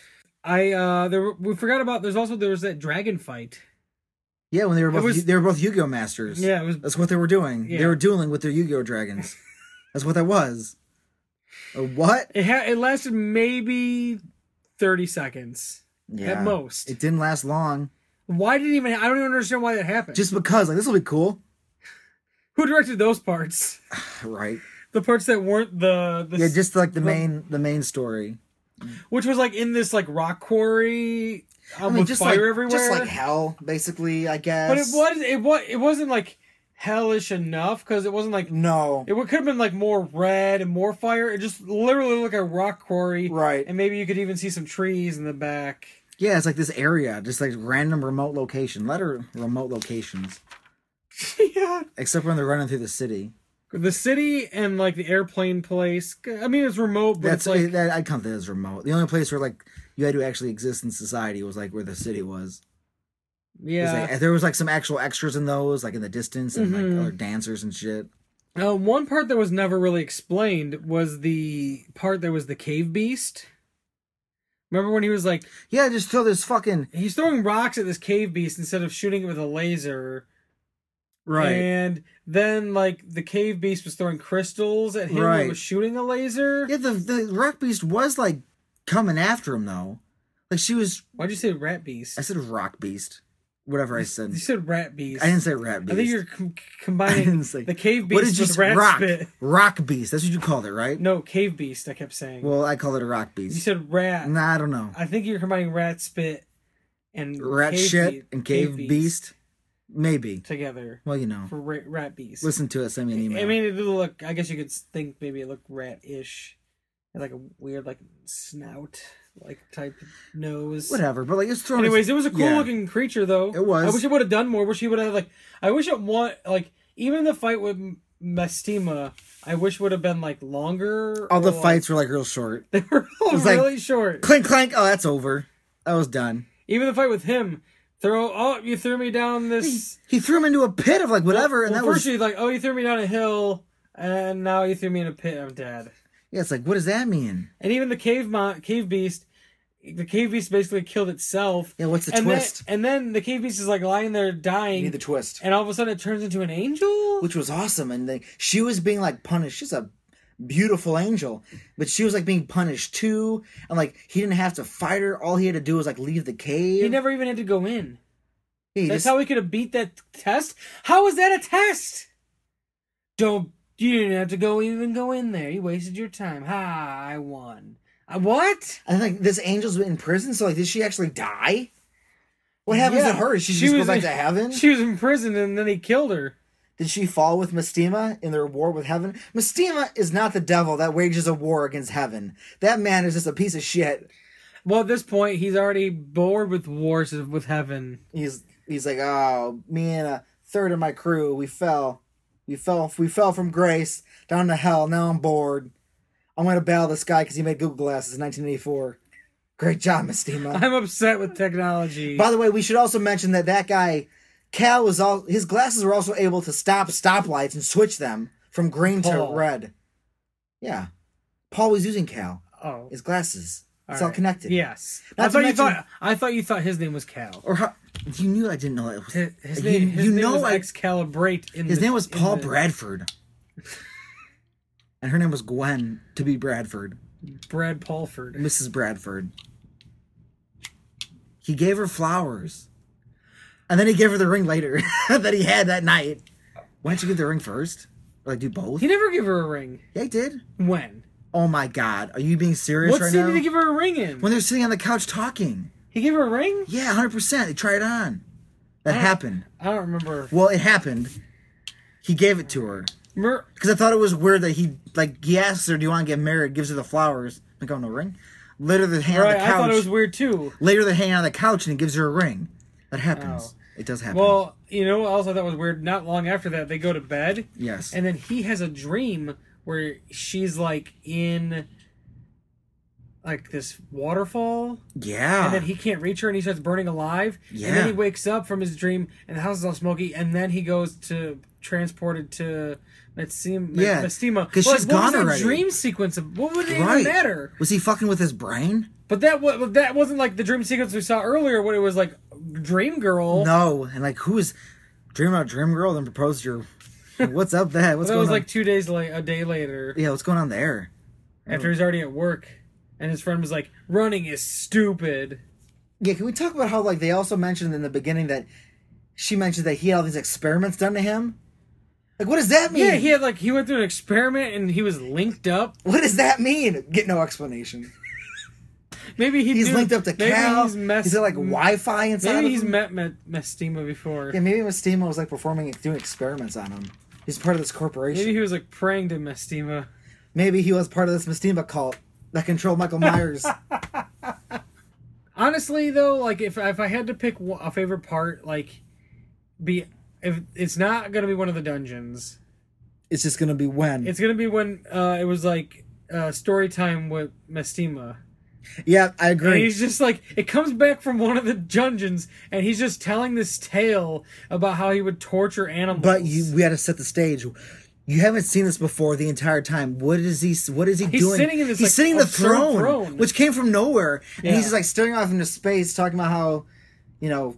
I uh there were- we forgot about there's also there was that dragon fight. Yeah, when they were both was- they were both Yu-Gi-Oh masters. Yeah, it was That's what they were doing. Yeah. They were dueling with their Yu-Gi-Oh dragons. That's what that was. A what? It ha- it lasted maybe thirty seconds Yeah. at most. It didn't last long. why did it even? I don't even understand why that happened. Just because, like, this will be cool, who directed those parts? right? The parts that weren't the, the Yeah, s- just like the main, the main story. which was like in this like rock quarry um, with just fire like, everywhere. just like hell, basically. I guess. but it was it was it wasn't like hellish enough because it wasn't like No. it could have been like more red and more fire. It just literally looked like a rock quarry, Right. And maybe you could even see some trees in the back. Yeah, it's like this area, just like random remote location. Let her remote locations, yeah, except when they're running through the city. the city and like the airplane place. I mean, it's remote, but That's it's like it- that, I count that as remote. The only place where like you had to actually exist in society was like where the city was. It was, yeah. like, there was like some actual extras in those, like in the distance and Mhm. like other dancers and shit. Uh, one part that was never really explained was the part that was the cave beast. Remember when he was like Yeah, just throw this fucking he's throwing rocks at this cave beast instead of shooting it with a laser. And then like the cave beast was throwing crystals at him Right. and was shooting a laser. Yeah, the the rock beast was like coming after him though. Like she was. Why'd you say rat beast? I said rock beast, whatever I said. You said rat beast. I didn't say rat beast. I think you're com- I combining didn't say- the cave beast What did you with say? rat rock spit. rock beast? That's what you called it, right? No, cave beast. I kept saying. Well, I called it a rock you beast. said rat. Nah, I don't know. I think you're combining rat spit and Rat cave shit be- and cave, beast. Maybe. together Well, you know. for ra- rat beast. Listen to it. Send me an email. I mean, it did look. I guess you could think maybe it looked rat-ish, Had, like a weird like snout like type nose. whatever. But like, it's throwing. Anyways, it was a cool yeah. looking creature though. It was. I wish it would have done more. Wish he would have like. I wish it want like even the fight with M- Mestima. I wish would have been like longer. All the or, like- fights were like real short. They were all was like- really short. Clink clank. Oh, that's over. That was done. Even the fight with him, throw. Oh, you threw me down this. He threw him into a pit of like whatever, Well, and that first was you like, oh, you threw me down a hill, and now you threw me in a pit. I'm dead. yeah. It's like, what does that mean? And even the cave mon- cave beast, the cave beast basically killed itself. Yeah, what's the and twist? Then, and then the cave beast is like lying there You dying, need the twist. and all of a sudden it turns into an angel. which was awesome. And like she was being like punished. She's a beautiful angel, but she was like being punished too. And like he didn't have to fight her. All he had to do was like leave the cave. he never even had to go in. He That's just- how we could have beat that test. How is that a test? Don't you didn't have to go even go in there. You wasted your time. Ha! I won. I, what? and like this angel's in prison. So like, did she actually die? What happens Yeah. to her? Did she, She just was go back in- to heaven? She was imprisoned, and then he killed her. Did she fall with Mestima in their war with heaven? Mestima is not the devil that wages a war against heaven. That man is just a piece of shit. Well, at this point, he's already bored with wars with heaven. he's he's like, oh, me and a third of my crew, we fell, we fell, we fell from grace down to hell. Now I'm bored. I'm gonna battle this guy because he made Google glasses in 1984. Great job, Mistima. I'm upset with technology. By the way, we should also mention that that guy, Cal, was all his glasses were also able to stop stoplights and switch them from green Paul. to red. Yeah, Paul was using Cal. oh, His glasses. It's All all right. connected. Yes. Not I to thought you mention- thought I thought you thought his name was Cal. Or how, you knew I didn't know that. Was, His, his You- name, his you name know was I- Excalibrate. In His the- name was in Paul the- Bradford. and her name was Gwen to be Bradford, Brad Paulford. Mrs. Bradford. He gave her flowers. And then he gave her the ring later that he had that night. Why didn't you give the ring first? Or, like do both? He never gave her a ring. Yeah, he did. When? Oh my god. Are you being serious What right scene now? did he give her a ring in? when they're sitting on the couch talking. he gave her a ring? Yeah, 100%. They tried it on. That happened. I don't remember. Well, it happened. He gave it to her. Mer- Because I thought it was weird that he like he asks her, "Do you want to get married?" Gives her the flowers. Like, oh no, ring. Later, they hang on right, the I couch. thought it was weird too. Later, they hang on the couch and he gives her a ring. That happens. It does happen. Oh. Well, you know what else I thought was weird? Not long after that, they go to bed. yes. And then he has a dream where she's like in like this waterfall yeah. and then he can't reach her and he starts burning alive. And Yeah. then he wakes up from his dream and the house is all smoky and then he goes to transported to Metsima. Yeah, 'cause she's what was gone that already. dream sequence of what would it Right. even matter? was he fucking with his brain? But that wa- but that wasn't like the dream sequence we saw earlier when it was like Dream Girl. No. And like, who is dream about dream girl? Then propose to your. What's up? That what's That going was on? like two days late, a day later, yeah, what's going on there? after Mm. he's already at work, and his friend was like, "Running is stupid." Yeah, can we talk about how like they also mentioned in the beginning that she mentioned that he had all these experiments done to him? Like, what does that mean? Yeah, he had like he went through an experiment and he was linked up. What does that mean? Get no explanation. Maybe he he's do- linked up to maybe Cal. He's, mess- he's got like Wi-Fi inside. Maybe of he's him. met met Mestima before. yeah, maybe Mestima was like performing, doing experiments on him. He's part of this corporation. Maybe he was like praying to Mestima. Maybe he was part of this Mestima cult that controlled Michael Myers. Honestly, though, like if if I had to pick wa- a favorite part, like be if it's not gonna be one of the dungeons, it's just gonna be when. it's gonna be when uh, it was like uh, story time with Mestima. yeah, I And agree. he's just like it comes back from one of the dungeons, and he's just telling this tale about how he would torture animals. But you, we had to set the stage. You haven't seen this before the entire time. What is he? What is he He's doing? sitting in this, he's like, sitting in the absurd throne, throne. which came from nowhere, and Yeah. he's just like staring off into space, talking about how, you know,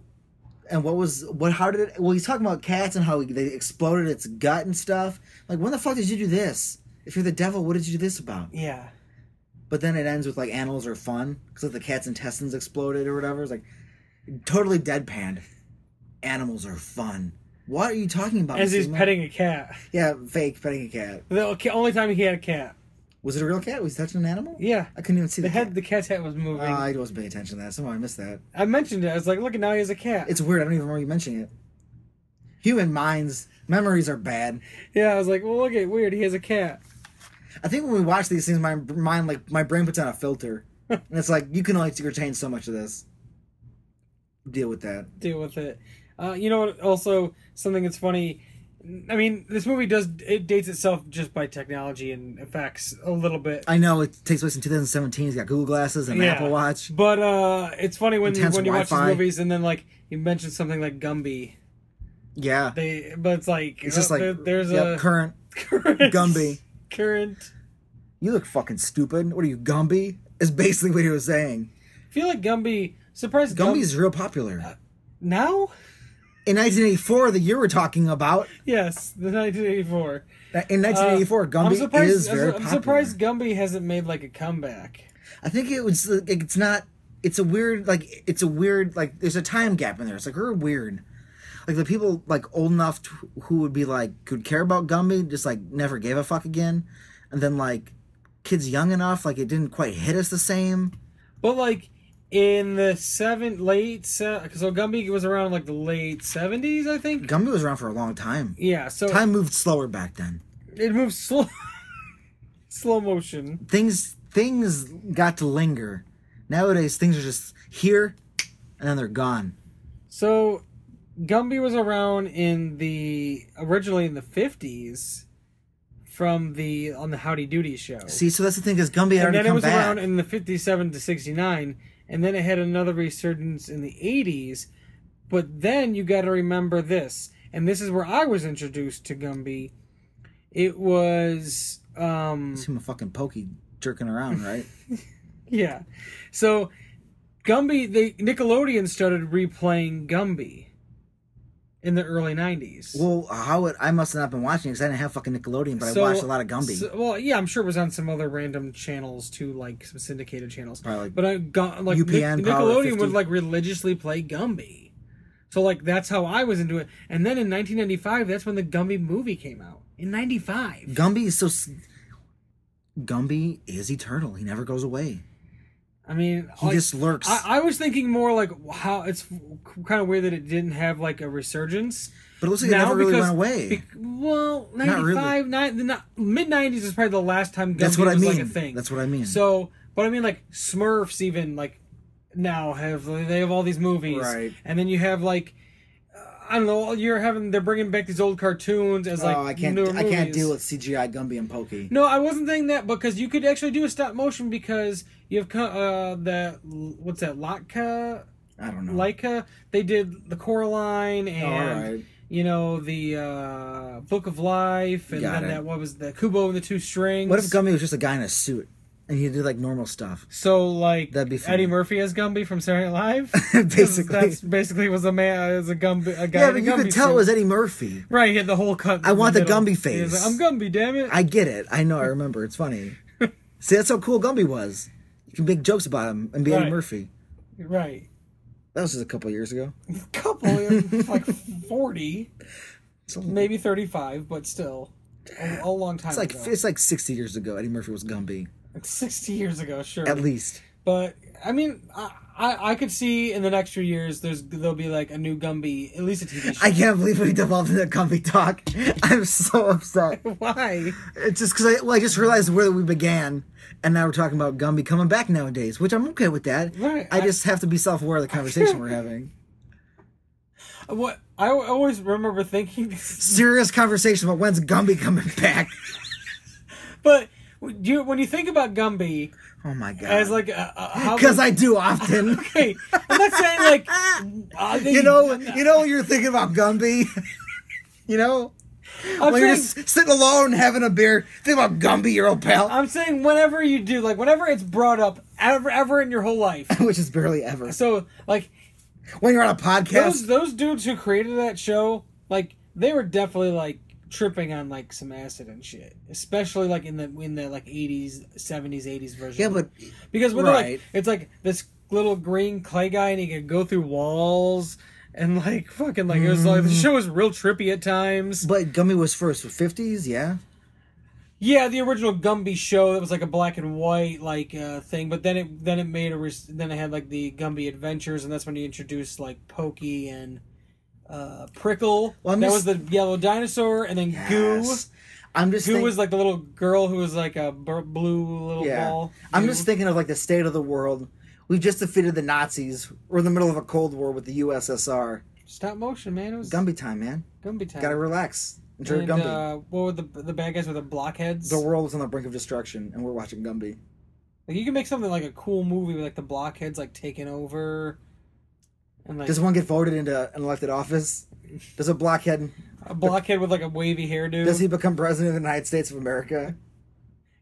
and what was what? How did it? Well, he's talking about cats and how they exploded its gut and stuff. Like, when the fuck did you do this? If you're the devil, what did you do this about? yeah, But then it ends with like animals are fun because like the cat's intestines exploded or whatever. It's like totally deadpanned. Animals are fun. What are you talking about? as he's Seema? petting a cat. Yeah, fake petting a cat. The only time he had a cat. Was it a real cat? Was he touching an animal? Yeah, I couldn't even see the the, head, the cat's head was moving. Cat. Ah, I wasn't paying attention to that. Somehow I missed that. I mentioned it. I was like, look, now he has a cat. It's weird. I don't even remember you mentioning it. Human minds, memories are bad. yeah, I was like, well, look at weird. He has a cat. I think when we watch these things, my mind, like my brain, puts on a filter, and it's like you can only retain so much of this. Deal with that. deal with it. Uh, you know, what? also something that's funny. I mean, this movie does it dates itself just by technology and effects a little bit. I know it takes place in 2017. He's got Google glasses and an Yeah. Apple Watch. But uh, it's funny when Intense when you watch these Wi-Fi. movies and then like you mention something like Gumby. Yeah, They but it's like it's just uh, like there- there's yep, a current current Gumby. current. You look fucking stupid. What are you, Gumby? Is basically what he was saying. I feel like Gumby surprised Gumby Gumby's real popular. now. In 1984, the year we're talking about, Yes, the 1984. in Uh, 1984, I'm Gumby surprised, is very I'm popular. surprised Gumby hasn't made like a comeback. I think it was. uh, It's not. It's a weird. Like it's a weird. Like there's a time gap in there. It's like we're weird. Like the people like old enough to, who would be like could care about Gumby just like never gave a fuck again, and then like kids young enough like it didn't quite hit us the same. But like in the seven late se- so Gumby was around like the late seventies, I think. Gumby was around for a long time. Yeah, so Time moved slower back then. it moves slow, slow motion. Things things got to linger. Nowadays things are just here, and then they're gone. So Gumby was around in the originally in the fifties from the on the Howdy Doody show, See, so that's the thing is Gumby had and already then it come was back. around in the fifty-seven to sixty-nine, and then it had another resurgence in the eighties. But then you got to remember this, and this is where I was introduced to Gumby. It was um It's him a fucking pokey jerking around, right? yeah. So Gumby they Nickelodeon started replaying Gumby in the early 90s. Well, how would I must have not been watching because I didn't have fucking Nickelodeon, but So- I watched a lot of Gumby. so- well, yeah, I'm sure it was on some other random channels too, like some syndicated channels. Probably like But I got like UPN, Nic- Power Nickelodeon 50. would like religiously play Gumby. So like that's how I was into it. And then in 1995, that's when the Gumby movie came out. In 95. Gumby is so. s- Gumby is eternal. He never goes away. I mean, He like, just lurks. I, I was thinking more like how it's kind of weird that it didn't have like a resurgence. but it looks like he never really went away. bec- well, Not really. 95, ni- the mid 90s is probably the last time Gumby That's what I was mean. like a thing. That's what I mean. So, but I mean, like Smurfs, even like now have they have all these movies, Right. And then you have like uh, I don't know, you're having they're bringing back these old cartoons as like oh, I can't. newer I movies. can't deal with CGI Gumby and Pokey. No, I wasn't saying that because you could actually do a stop motion because you have co- uh, the what's that Latka I don't know. Leica. They did the Coraline and Oh, alright. you know the uh, Book of Life, and Got then it. that what was the Kubo and the Two Strings. what if Gumby was just a guy in a suit and he did like normal stuff? So like That'd be funny. Eddie Murphy as Gumby from Saturday Night Live. 'Cause Basically. that's basically was a man as a Gumby. A guy Yeah, in a but you Gumby could tell suit. it was Eddie Murphy. right. He had the whole cut. in I want the middle. Gumby He was face. like, I'm Gumby, damn it. I get it. I know. I remember. It's funny. See, that's how cool Gumby was. You can make jokes about him and be Right. Eddie Murphy. right. That was just a couple years ago. Couple like forty, It's a- maybe thirty-five, but still a, a long time. It's like ago. it's like sixty years ago. Eddie Murphy was Gumby, Like sixty years ago, sure. at least. But I mean, I, I I could see in the next few years there's there'll be like a new Gumby, at least a TV show. I can't believe we devolved into comfy talk. I'm so upset. Why? It's just because I, well, I just realized where we began, and now we're talking about Gumby coming back nowadays, which I'm okay with that. Right, I, I- just have to be self aware of the conversation we're having. What I always remember thinking, Serious conversation about when's Gumby coming back. but do you, when you think about Gumby Oh my god. as like a, a, how because I do often. okay, I'm not saying like uh, they- You know, you know, when you're thinking about Gumby. you know, I'm when you're saying, s- sitting alone having a beer, think about Gumby, your old pal, I'm saying whenever you do, like whenever it's brought up ever ever in your whole life. which is barely ever. So like When you're on a podcast, those those dudes who created that show, like they were definitely like tripping on like some acid and shit, especially like in the in the like eighties, seventies, eighties version. yeah, but because when they're right. like, it's like this little green clay guy, and he could go through walls and like fucking like it was like the Mm. show was real trippy at times. but Gumby was first with fifties, yeah. Yeah, the original Gumby show that was like a black and white like uh, thing, but then it then it made a res- then it had like the Gumby Adventures, and that's when he introduced like Pokey and uh, Prickle. Well, I'm that was just- the yellow dinosaur, and then Yes. I'm just Goo. Goo think- was like the little girl who was like a bur- blue little yeah. ball. I'm Goo. just thinking of like the state of the world. We've just defeated the Nazis. We're in the middle of a Cold War with the USSR. stop motion, man. It was Gumby, Gumby time, man. time. Gotta relax. Enjoy and, Gumby. Uh, what were the the bad guys were the blockheads? the world is on the brink of destruction, and we're watching Gumby. like you can make something like a cool movie with like the blockheads like taking over, and like Does one get voted into an elected office? Does a blockhead? a blockhead with like a wavy hairdo. Does he become president of the United States of America?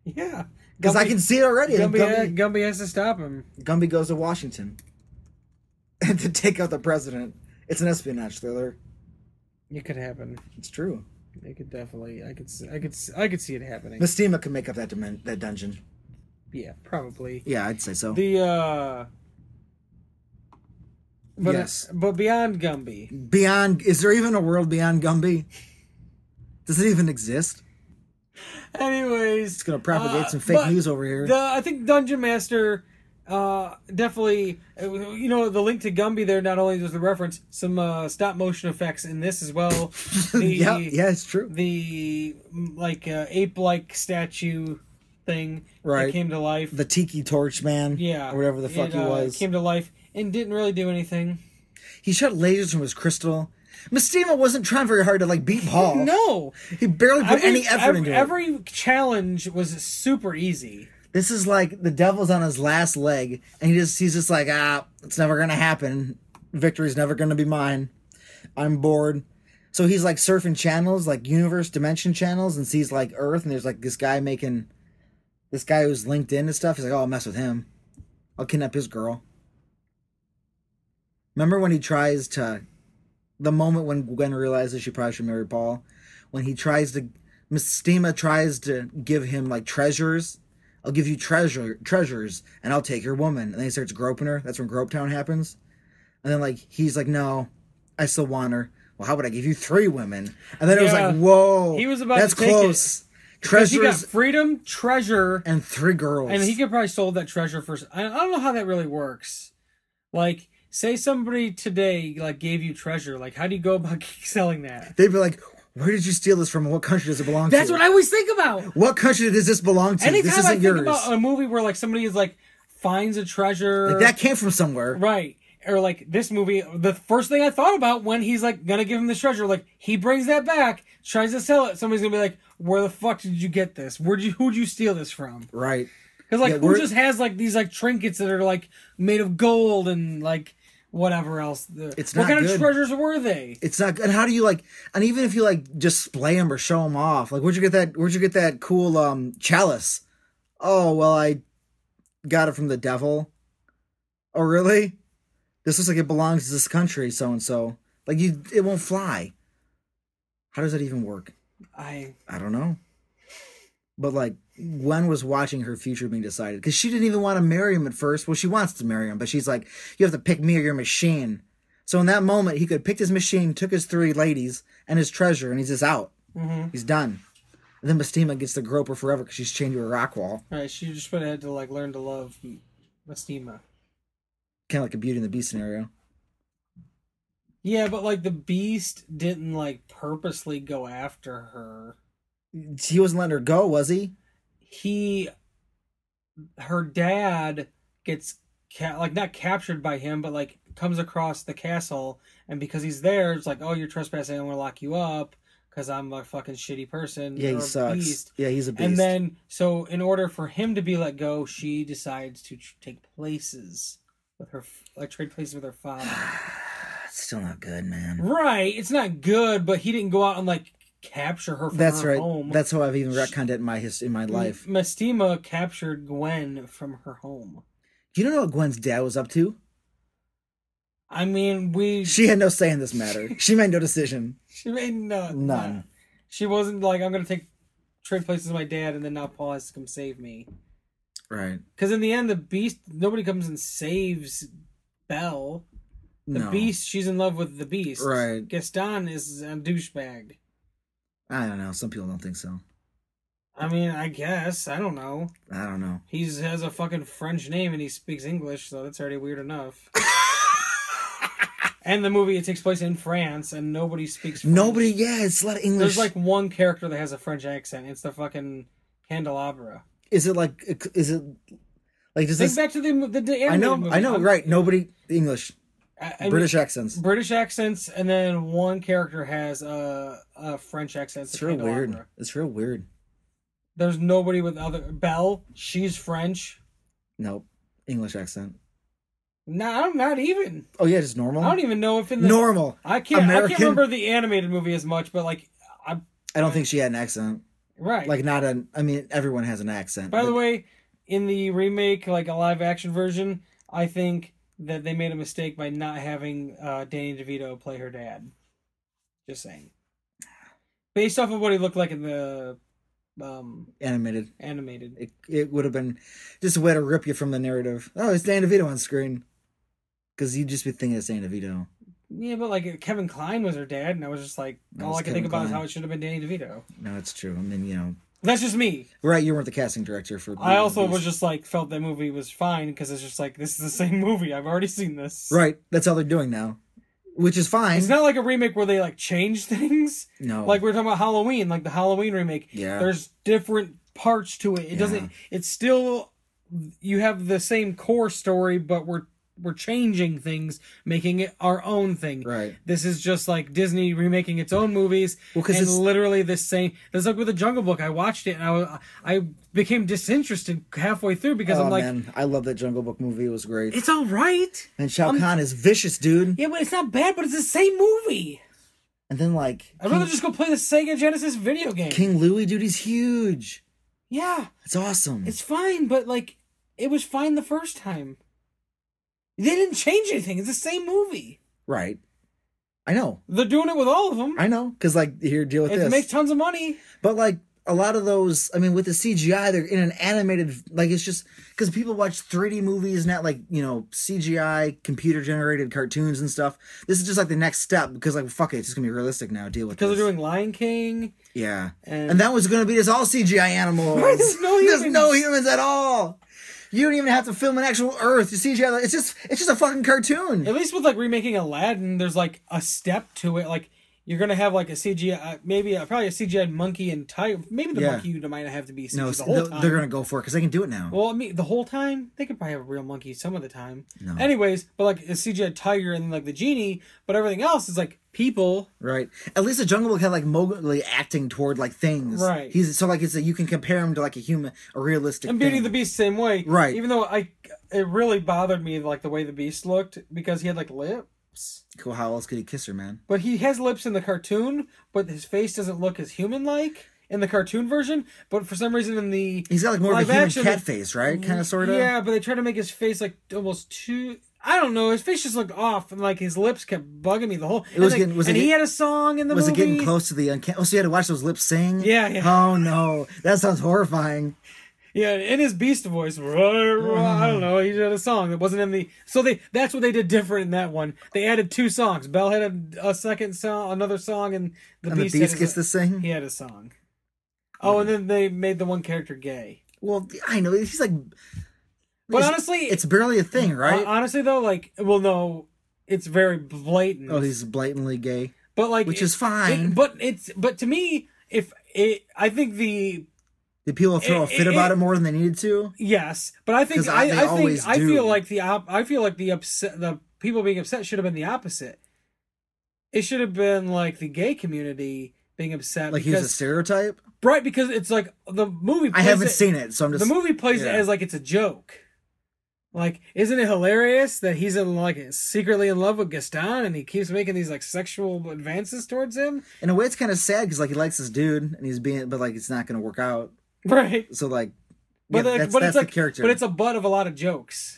Yeah, Because I Gumby- can see it already. Gumby, Gumby, Gumby has to stop him. Gumby goes to Washington to take out the president. It's an espionage thriller. It could happen. It's true. It could definitely. I could. s- I could. s- I could see it happening. Mistima could make up that dimen- that dungeon. Yeah, probably. Yeah, I'd say so. The. uh but, Yes. But beyond Gumby, beyond is there even a world beyond Gumby? Does it even exist? anyways, It's gonna propagate uh, some fake but news over here. The, I think Dungeon Master. Uh, definitely. uh, You know the link to Gumby there. Not only does the reference some uh, stop motion effects in this as well. the, yeah, yeah, it's true. The mm, like uh, ape like statue thing Right. that came to life. The Tiki Torch Man, Yeah. or whatever the fuck it, he uh, was. Came to life and didn't really do anything. He shot lasers from his crystal. Mistima wasn't trying very hard to like beat Paul. No. he barely Oh. put Every, any effort every, into it. every challenge was super easy. This is like the devil's on his last leg, and he just he's just like, ah, it's never gonna happen. Victory's never gonna be mine. I'm bored. So he's like surfing channels, like universe dimension channels, and sees like Earth, and there's like this guy making this guy who's linked in and stuff. He's like, oh, I'll mess with him. I'll kidnap his girl. Remember when he tries to, the moment when Gwen realizes she probably should marry Paul, when he tries to, Mistima tries to give him like treasures I'll give you treasure treasures and I'll take your woman. And then he starts groping her. That's when Grope Town happens. And then like he's like, No, I still want her. Well, how would I give you three women? And then it was Yeah. like, Whoa. He was about That's to take it. close. 'Cause He got Treasures freedom, treasure, and three girls. and he could probably sold that treasure for. s- I I don't know how that really works. Like, say somebody today like gave you treasure. Like, how do you go about selling that? They'd be like, Where did you steal this from? What country does it belong That's to? what I always think about. What country does this belong to? Anytime this I isn't think yours. about a movie where like somebody is like finds a treasure, Like, that came from somewhere. Right. Or like this movie, the first thing I thought about when he's like gonna give him the treasure, like he brings that back, tries to sell it. Somebody's gonna be like, "Where the fuck did you get this? Where'd you who'd you steal this from?" Right. Because like Yeah, who we're- just has like these like trinkets that are like made of gold and like whatever else? The, It's what not kind good. of treasures were they? It's not and how do you like and even if you like display them or show them off, like where'd you get that where'd you get that cool um chalice? Oh well I got it from the devil. Oh really? This looks like it belongs to this country, so and so. Like you it won't fly. How does that even work? I I don't know. But like Gwen was watching her future being decided because she didn't even want to marry him at first. Well, she wants to marry him, but she's like, you have to pick me or your machine. So in that moment, he could pick his machine, took his three ladies and his treasure, and he's just out. mm-hmm. He's done. And then Bastima gets to grope her forever because she's chained to a rock wall. right. She just would have had to like learn to love Mastima. kind of like a Beauty and the Beast scenario. Yeah, but like the beast didn't like purposely go after her. He wasn't letting her go, was he? He, her dad gets ca- like not captured by him, but like comes across the castle, and because he's there, it's like, oh, you're trespassing. I'm gonna lock you up because I'm a fucking shitty person. Yeah, You're he a sucks. beast." Yeah, he's a beast. And then, so in order for him to be let go, she decides to tr- take places with her, f- like trade places with her father. It's still not good, man. Right. It's not good, but he didn't go out and like capture her from That's her right. home. That's how I've even retconned it in my his- in my life. Mestima captured Gwen from her home. Do you know what Gwen's dad was up to? I mean, we she, She had no say in this matter. She made no decision. made no None. She wasn't like I'm gonna take trade places with my dad, and then now Paul has to come save me. Right. Because in the end, the beast nobody comes and saves Belle. The no. beast, she's in love with the beast. Right. Gaston is a douchebag. I don't know. Some people don't think so. I mean, I guess I don't know. I don't know. He has a fucking French name and he speaks English, so that's already weird enough. and the movie it takes place in France and nobody speaks French. Nobody. Yeah, it's a lot of English. There's like one character that has a French accent. It's the fucking candelabra. is it like? Is it like? Does Think this? back to the the, the I animated know. movie. I know. I'm- Right. Nobody English. I- I mean, British accents. British accents, and then one character has a a French accent. It's It's the real candelabra. weird. It's real weird. There's nobody with other Belle. She's French. Nope. English accent. No, I'm not even. Oh yeah, just normal. I don't even know if in the normal. I can't. I American. can't remember the animated movie as much, but like, I'm I don't think she had an accent. right. Like not an. I mean, everyone has an accent. by the way, in the remake, like a live action version, I think that they made a mistake by not having uh, Danny DeVito play her dad. Just saying. Based off of what he looked like in the um, animated. animated, It, it would have been just a way to rip you from the narrative. Oh, it's Dan DeVito on screen. Because you'd just be thinking it's Dan DeVito. yeah, but like Kevin Klein was her dad, and I was just like, That all was I could Kevin think about is Kline. how it should have been Danny DeVito. No, it's true. I mean, you know, That's just me. right? You weren't the casting director for. I also was just like felt that movie was fine because it's just like this is the same movie. I've already seen this. right. That's how they're doing now, which is fine. It's not like a remake where they like change things. no, Like we we're talking about Halloween, like the Halloween remake. Yeah. There's different parts to it. It Yeah. doesn't it's still you have the same core story, but we're we're changing things, making it our own thing. right. This is just like Disney remaking its own movies, Well, 'cause and it's- literally the same. That's like with the Jungle Book. I watched it and I wa- I became disinterested halfway through because Oh I'm like, man, I love that Jungle Book movie. It was great. it's all right. and Shao Kahn is vicious, dude. Yeah, but it's not bad, but it's the same movie. And then like I'd rather just go play the Sega Genesis video game. King Louis, dude, he's huge. yeah, It's awesome. it's fine, but like, it was fine the first time. They didn't change anything. It's the same movie. right. I know. They're doing it with all of them. I know. Because like here, deal with it this. makes tons of money. But like a lot of those, I mean, with the CGI, they're in an animated. Like it's just because people watch 3D movies, not like you know CGI computer generated cartoons and stuff. This is just like the next step because like fuck it, it's just gonna be realistic now. Deal with Because this. they're doing Lion King. yeah, and- and, that was gonna be just all CGI animals. There's no There's no humans. humans at all. You don't even have to film an actual Earth. The CGI, like, it's just it's just a fucking cartoon. At least with like remaking Aladdin, there's like a step to it. Like you're gonna have like a CGI, uh, maybe a, probably a CGI monkey and tiger. Maybe the Yeah. monkey you might have to be CGI no, the whole they're, time. they're gonna go for it because they can do it now. Well, I mean, the whole time they could probably have a real monkey some of the time. No. Anyways, but like a CGI tiger and like the genie, but everything else is like people. Right. At least the Jungle Book had like Mowgli acting toward like things. Right. He's so like it's a, you can compare him to like a human, a realistic. And Beauty thing. and the Beast same way. Right. Even though I, it really bothered me like the way the Beast looked because he had like lips, Cool. How else could he kiss her, man? but he has lips in the cartoon, but his face doesn't look as human like in the cartoon version. But for some reason in the He's got like more of Live a human action- cat face, right? Kind of, sort of. Yeah, but they tried to make his face like almost too. I don't know. His face just looked off, and like his lips kept bugging me the whole. It was and, like, getting- was it and he get- had a song in the Was movie. it getting close to the uncanny? Oh, so you had to watch those lips sing. Yeah, yeah. Oh no, that sounds horrifying. Yeah, in his beast voice, "Rah, rah," I don't know. He had a song that wasn't in the. So they that's what they did different in that one. They added two songs. Bell had a, a second song, another song, and the And beast, the Hmm. had his- beast gets to sing. He had a song. Oh, and then they made the one character gay. Well, I know he's like. But It's- honestly, it's barely a thing, right? hon- honestly though, like, well, no, it's very blatant. oh, he's blatantly gay, but like, which it- is fine. it- but it's but to me, if it, I think the Did people throw a it- fit about it- it more than they needed to? Yes, but I think 'Cause I- I, they I, always think I do. feel like the op- I feel like the upset the people being upset should have been the opposite. It should have been like the gay community being upset Like he was a because stereotype. right because it's like the movie. I plays haven't it- seen it, so I'm just the movie plays yeah. it as like it's a joke. Like, isn't it hilarious that he's in like secretly in love with Gaston and he keeps making these like sexual advances towards him? in a way it's kind of sad because like he likes this dude and he's being, but like it's not going to work out. Right. So like, But, yeah, like, that's, but that's it's the like character. but it's a butt of a lot of jokes.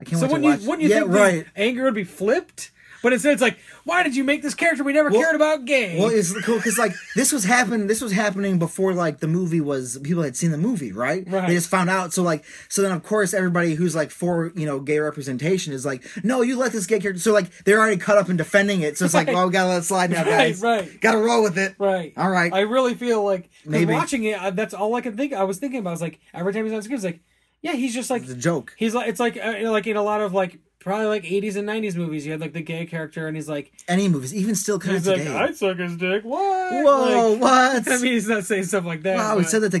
I can't So wait to wouldn't you, watch- wouldn't you yeah, think right. the anger would be flipped? But instead, it's like, why did you make this character we never Well- cared about gay? Well, it's cool because like this was happening. This was happening before like the movie was. People had seen the movie, right? Right. They just found out. So like, so then of course everybody who's like for you know gay representation is like, no, you let this gay character. So like they're already caught up in defending it. So it's like, Right. well, we gotta let it slide now, Right, guys. right. Gotta roll with it. right. All right. I really feel like 'cause Maybe. watching it. I, that's all I could think. I was thinking about. I was like, every time he's on screen, it's like, yeah, he's just like It's a joke. he's like it's like uh, you know, like in a lot of like probably like 80s and 90s movies. You had like the gay character, and he's like, Any movies, even still kind of he's like, today. I suck his dick. What? Whoa, Like, what? I mean, he's not saying stuff like that. wow, we but- said that to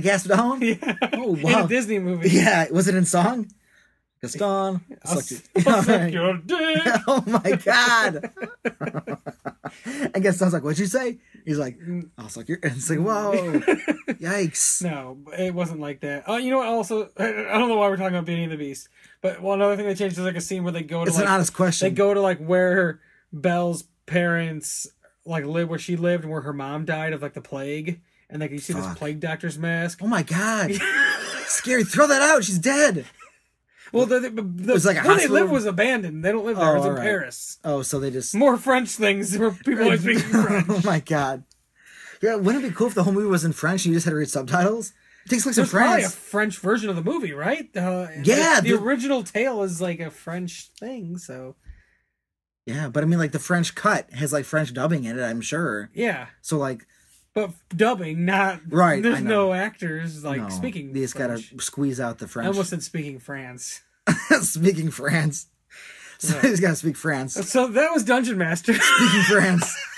Gaston. yeah. Oh, in wow. a Disney movie. Yeah, was it in song? Gaston, I I'll sucked s- you. I'll suck your dick. oh my god! I guess I was like, "What'd you say?" He's like, "I'll suck your." And it's like, "Whoa, Mm. yikes!" No, it wasn't like that. Uh, you know what? Also, I don't know why we're talking about Beauty and the Beast, but one other thing they changed is like a scene where they go to it's like an honest they question. go to like where Belle's parents like live where she lived and where her mom died of like the plague, and like you see Fuck. this plague doctor's mask. oh my god! Scary! Throw that out. She's dead. Well, the, the, the, was like a where they hospital? live was abandoned. They don't live there. Oh, it's in all right. Paris. Oh, so they just. More French things where people are speaking French. oh my god! Yeah, wouldn't it be cool if the whole movie was in French and you just had to read subtitles? It takes place in There's probably a France. French version of the movie, right? Uh, Yeah, the, the there- original tale is like a French thing, so yeah, but I mean, like the French cut has like French dubbing in it. I'm sure. yeah. So like, but f- dubbing, not Right, I There's know. no actors like no, speaking. they just gotta French. squeeze out the I French. almost said speaking France. speaking France. So Yeah. he's got to speak France. So that was Dungeon Master. Speaking France.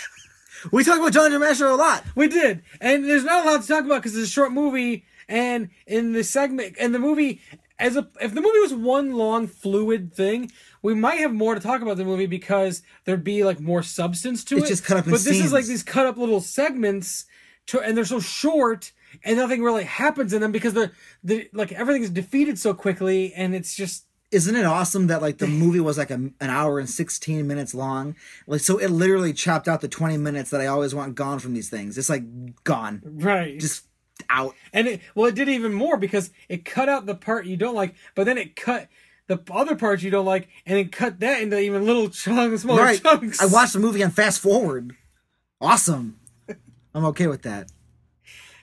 We talk about Dungeon Master a lot. we did, and there's not a lot to talk about because it's a short movie. And in the segment, and the movie, as a if the movie was one long fluid thing, we might have more to talk about the movie because there'd be like more substance to it. It's just cut up in But this is scenes. like these cut up little segments, to, and they're so short. And nothing really happens in them because they're, they like everything is defeated so quickly, and it's just Isn't it awesome that like the movie was like a, an hour and 16 minutes long? Like so it literally chopped out the 20 minutes that I always want gone from these things. It's like gone. Right. Just out. and it well it did even more because it cut out the part you don't like, but then it cut the other parts you don't like and then cut that into even little chunks, smaller right. chunks. I watched the movie on fast forward. Awesome. I'm okay with that.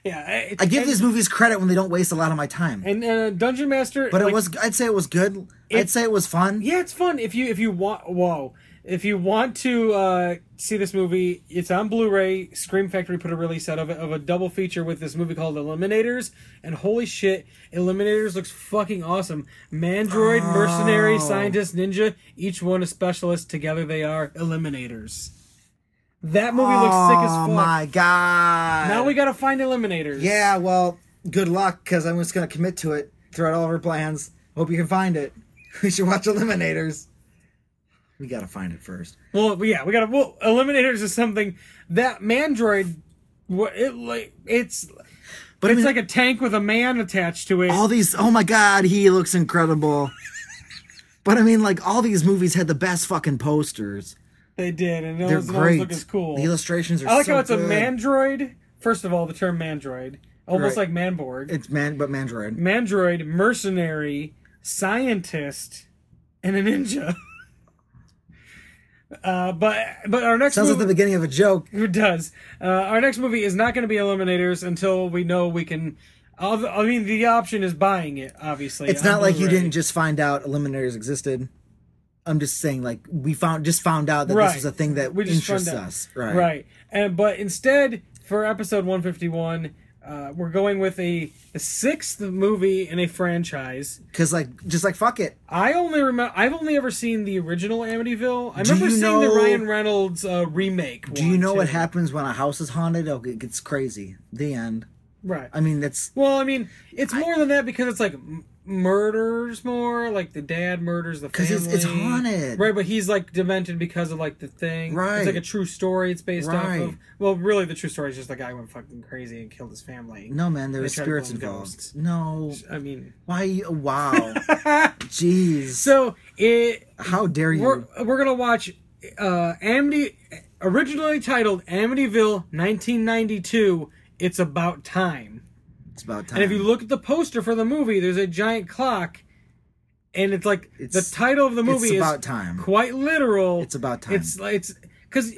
Yeah. I give and, these movies credit when they don't waste a lot of my time. and uh, Dungeon Master but like, it was I'd say it was good. I'd say it was fun. Yeah, it's fun if you if you want whoa. If you want to uh, see this movie, it's on Blu-ray. Scream Factory put a release out of it of a double feature with this movie called Eliminators, and holy shit, Eliminators looks fucking awesome. Mandroid, Oh. mercenary, scientist, ninja, each one a specialist. Together they are Eliminators. That movie looks sick as Oh fuck. my god. Now we gotta find Eliminators. Yeah, well, good luck because I'm just going to commit to it throughout all of our plans. Hope you can find it. We should watch Eliminators. We got to find it first. Well, yeah, we gotta. Well, Eliminators is something that Mandroid. What it like? It's But I It's mean, like a tank with a man attached to it. all these, oh my God, he looks incredible. but I mean, like, all these movies had the best fucking posters. they did, and They're those great. those look as cool. The illustrations are I like so how it's good. a mandroid. First of all, the term mandroid, almost Right. like manborg. It's man, but Mandroid. mandroid, mercenary, scientist, and a ninja. uh, but but our next Sounds like movie the beginning of a joke. it does. Uh, our next movie is not going to be Eliminators until we know we can. I'll- I mean, the option is buying it. Obviously, It's on not like you Blu-ray. didn't just find out Eliminators existed. I'm just saying, like, we found just found out that Right. this was a thing that We just interests found out. us. Right. And but instead, for episode 151, Uh, we're going with a the sixth movie in a franchise. Because like, just like fuck it. I only remember. I've only ever seen the original Amityville. I Do remember you seeing the know- Ryan Reynolds uh, remake. Do you know what too. happens when a house is haunted? Oh, it gets crazy. The end. Right. I mean, that's Well, I mean, it's more than that because it's like m- murders more. Like the dad murders the because family. it's, it's haunted. Right, but he's like demented because of like the thing. Right. It's like a true story. It's based Right. off of. Well, really, the true story is just the guy went fucking crazy and killed his family. No, man, there They are try to call spirits them involved. ghosts. No, I mean, why? you- Wow, jeez. so it How dare you? we're we're gonna watch uh Amity originally titled Amityville 1992. It's about time. it's about time. And if you look at the poster for the movie, there's a giant clock, and it's like It's- the title of the movie it's is about time. quite literal. It's about time. It's like- it's because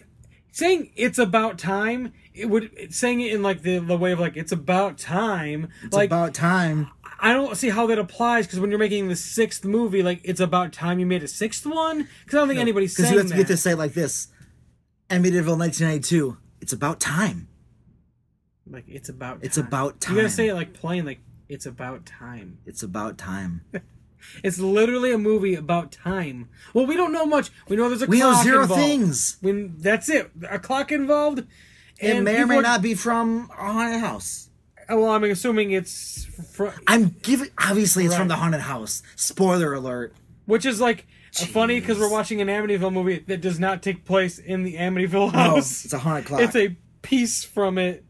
saying it's about time. It would it's saying it in like the, the way of like it's about time. It's like about time. I don't see how that applies because when you're making the sixth movie, like it's about time you made a sixth one. Because I don't think anybody's Because saying you have to that. get to say it like this. Amityville, 1992. It's about time. Like it's about. It's time. about You gotta time. say it like plain. Like it's about time. It's about time. It's literally a movie about time. Well, we don't know much. We know there's a We know clock zero involved. things. When that's it, a clock involved. It and may or may people are- not be from a haunted house. Well, I'm assuming it's fr- I'm giving. Obviously, it's from Right. the haunted house. Spoiler alert. which is like funny funny because we're watching an Amityville movie that does not take place in the Amityville No, house. it's a haunted clock. Oh, It's a piece from it,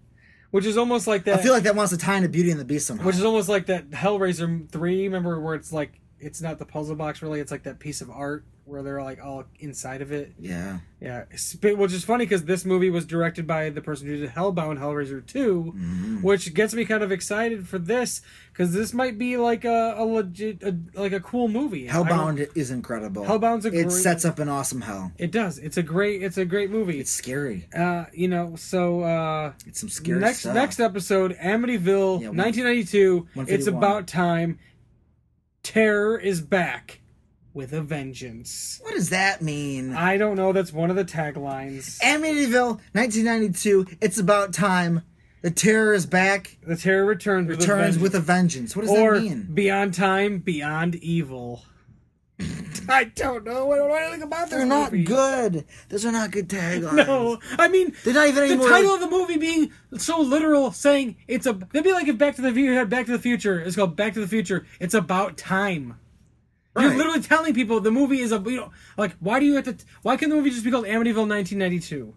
which is almost like that. I feel like that wants to tie into Beauty and the Beast somehow. which is almost like that Hellraiser three. Remember where it's like it's not the puzzle box really. It's like that piece of art where they're like all inside of it. yeah. Yeah, sp- which is funny because this movie was directed by the person who did Hellbound Hellraiser 2, Mm-hmm. which gets me kind of excited for this because this might be like a, a legit, a, like a cool movie. I don't- Hellbound is incredible. Hellbound's a it great- sets up an awesome hell. It does. It's a great. It's a great movie. It's scary. uh, you know, so uh, It's some scary next stuff. next episode, Amityville, Yeah, one- 1992. It's 151. about time. Terror is back with a vengeance. what does that mean? I don't know. That's one of the taglines. Amityville, 1992. It's about time. The terror is back. The terror returns. With a Returns vengeance. with a vengeance. What does or that mean? Beyond Time, Beyond Evil. I don't know. What do I think about this They're not movie? good. Those are not good taglines. No, I mean They're not even the anymore. title of the movie being so literal, saying it's a. That'd be like if Back to the Future had Back to the Future. It's called Back to the Future. It's about time. You're Right. literally telling people the movie is a. You know, like why do you have to? Why can the movie just be called Amityville 1992?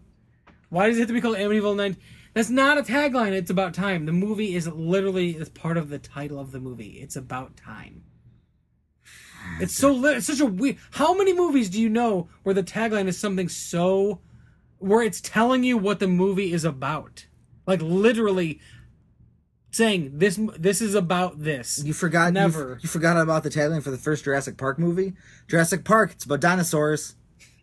Why does it have to be called Amityville 9? That's not a tagline. It's about time. The movie is literally it's part of the title of the movie. It's about time. It's so lit. It's such a weird. How many movies do you know where the tagline is something so, where it's telling you what the movie is about, like literally saying this this is about this. You forgot. you f- Never. You, forgot about the tagline for the first Jurassic Park movie. Jurassic Park. It's about dinosaurs.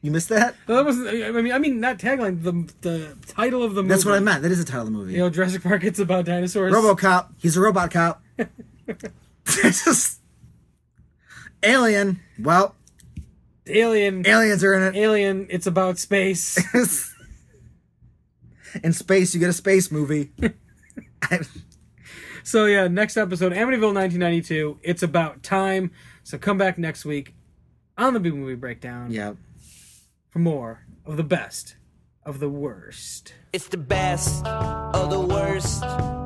You missed that? No, that wasn't. I mean, I mean not tagline. The the title of the movie. That's what I meant. That is the title of the movie. You know, Jurassic Park. It's about dinosaurs. RoboCop. He's a robot cop. It's just alien. Well, Alien. aliens are in it. Alien, it's about space. in space, you get a space movie. so yeah, next episode, Amityville 1992. It's about time. So come back next week on the B Movie Breakdown yeah. for more of the best of the worst. It's the best of the worst.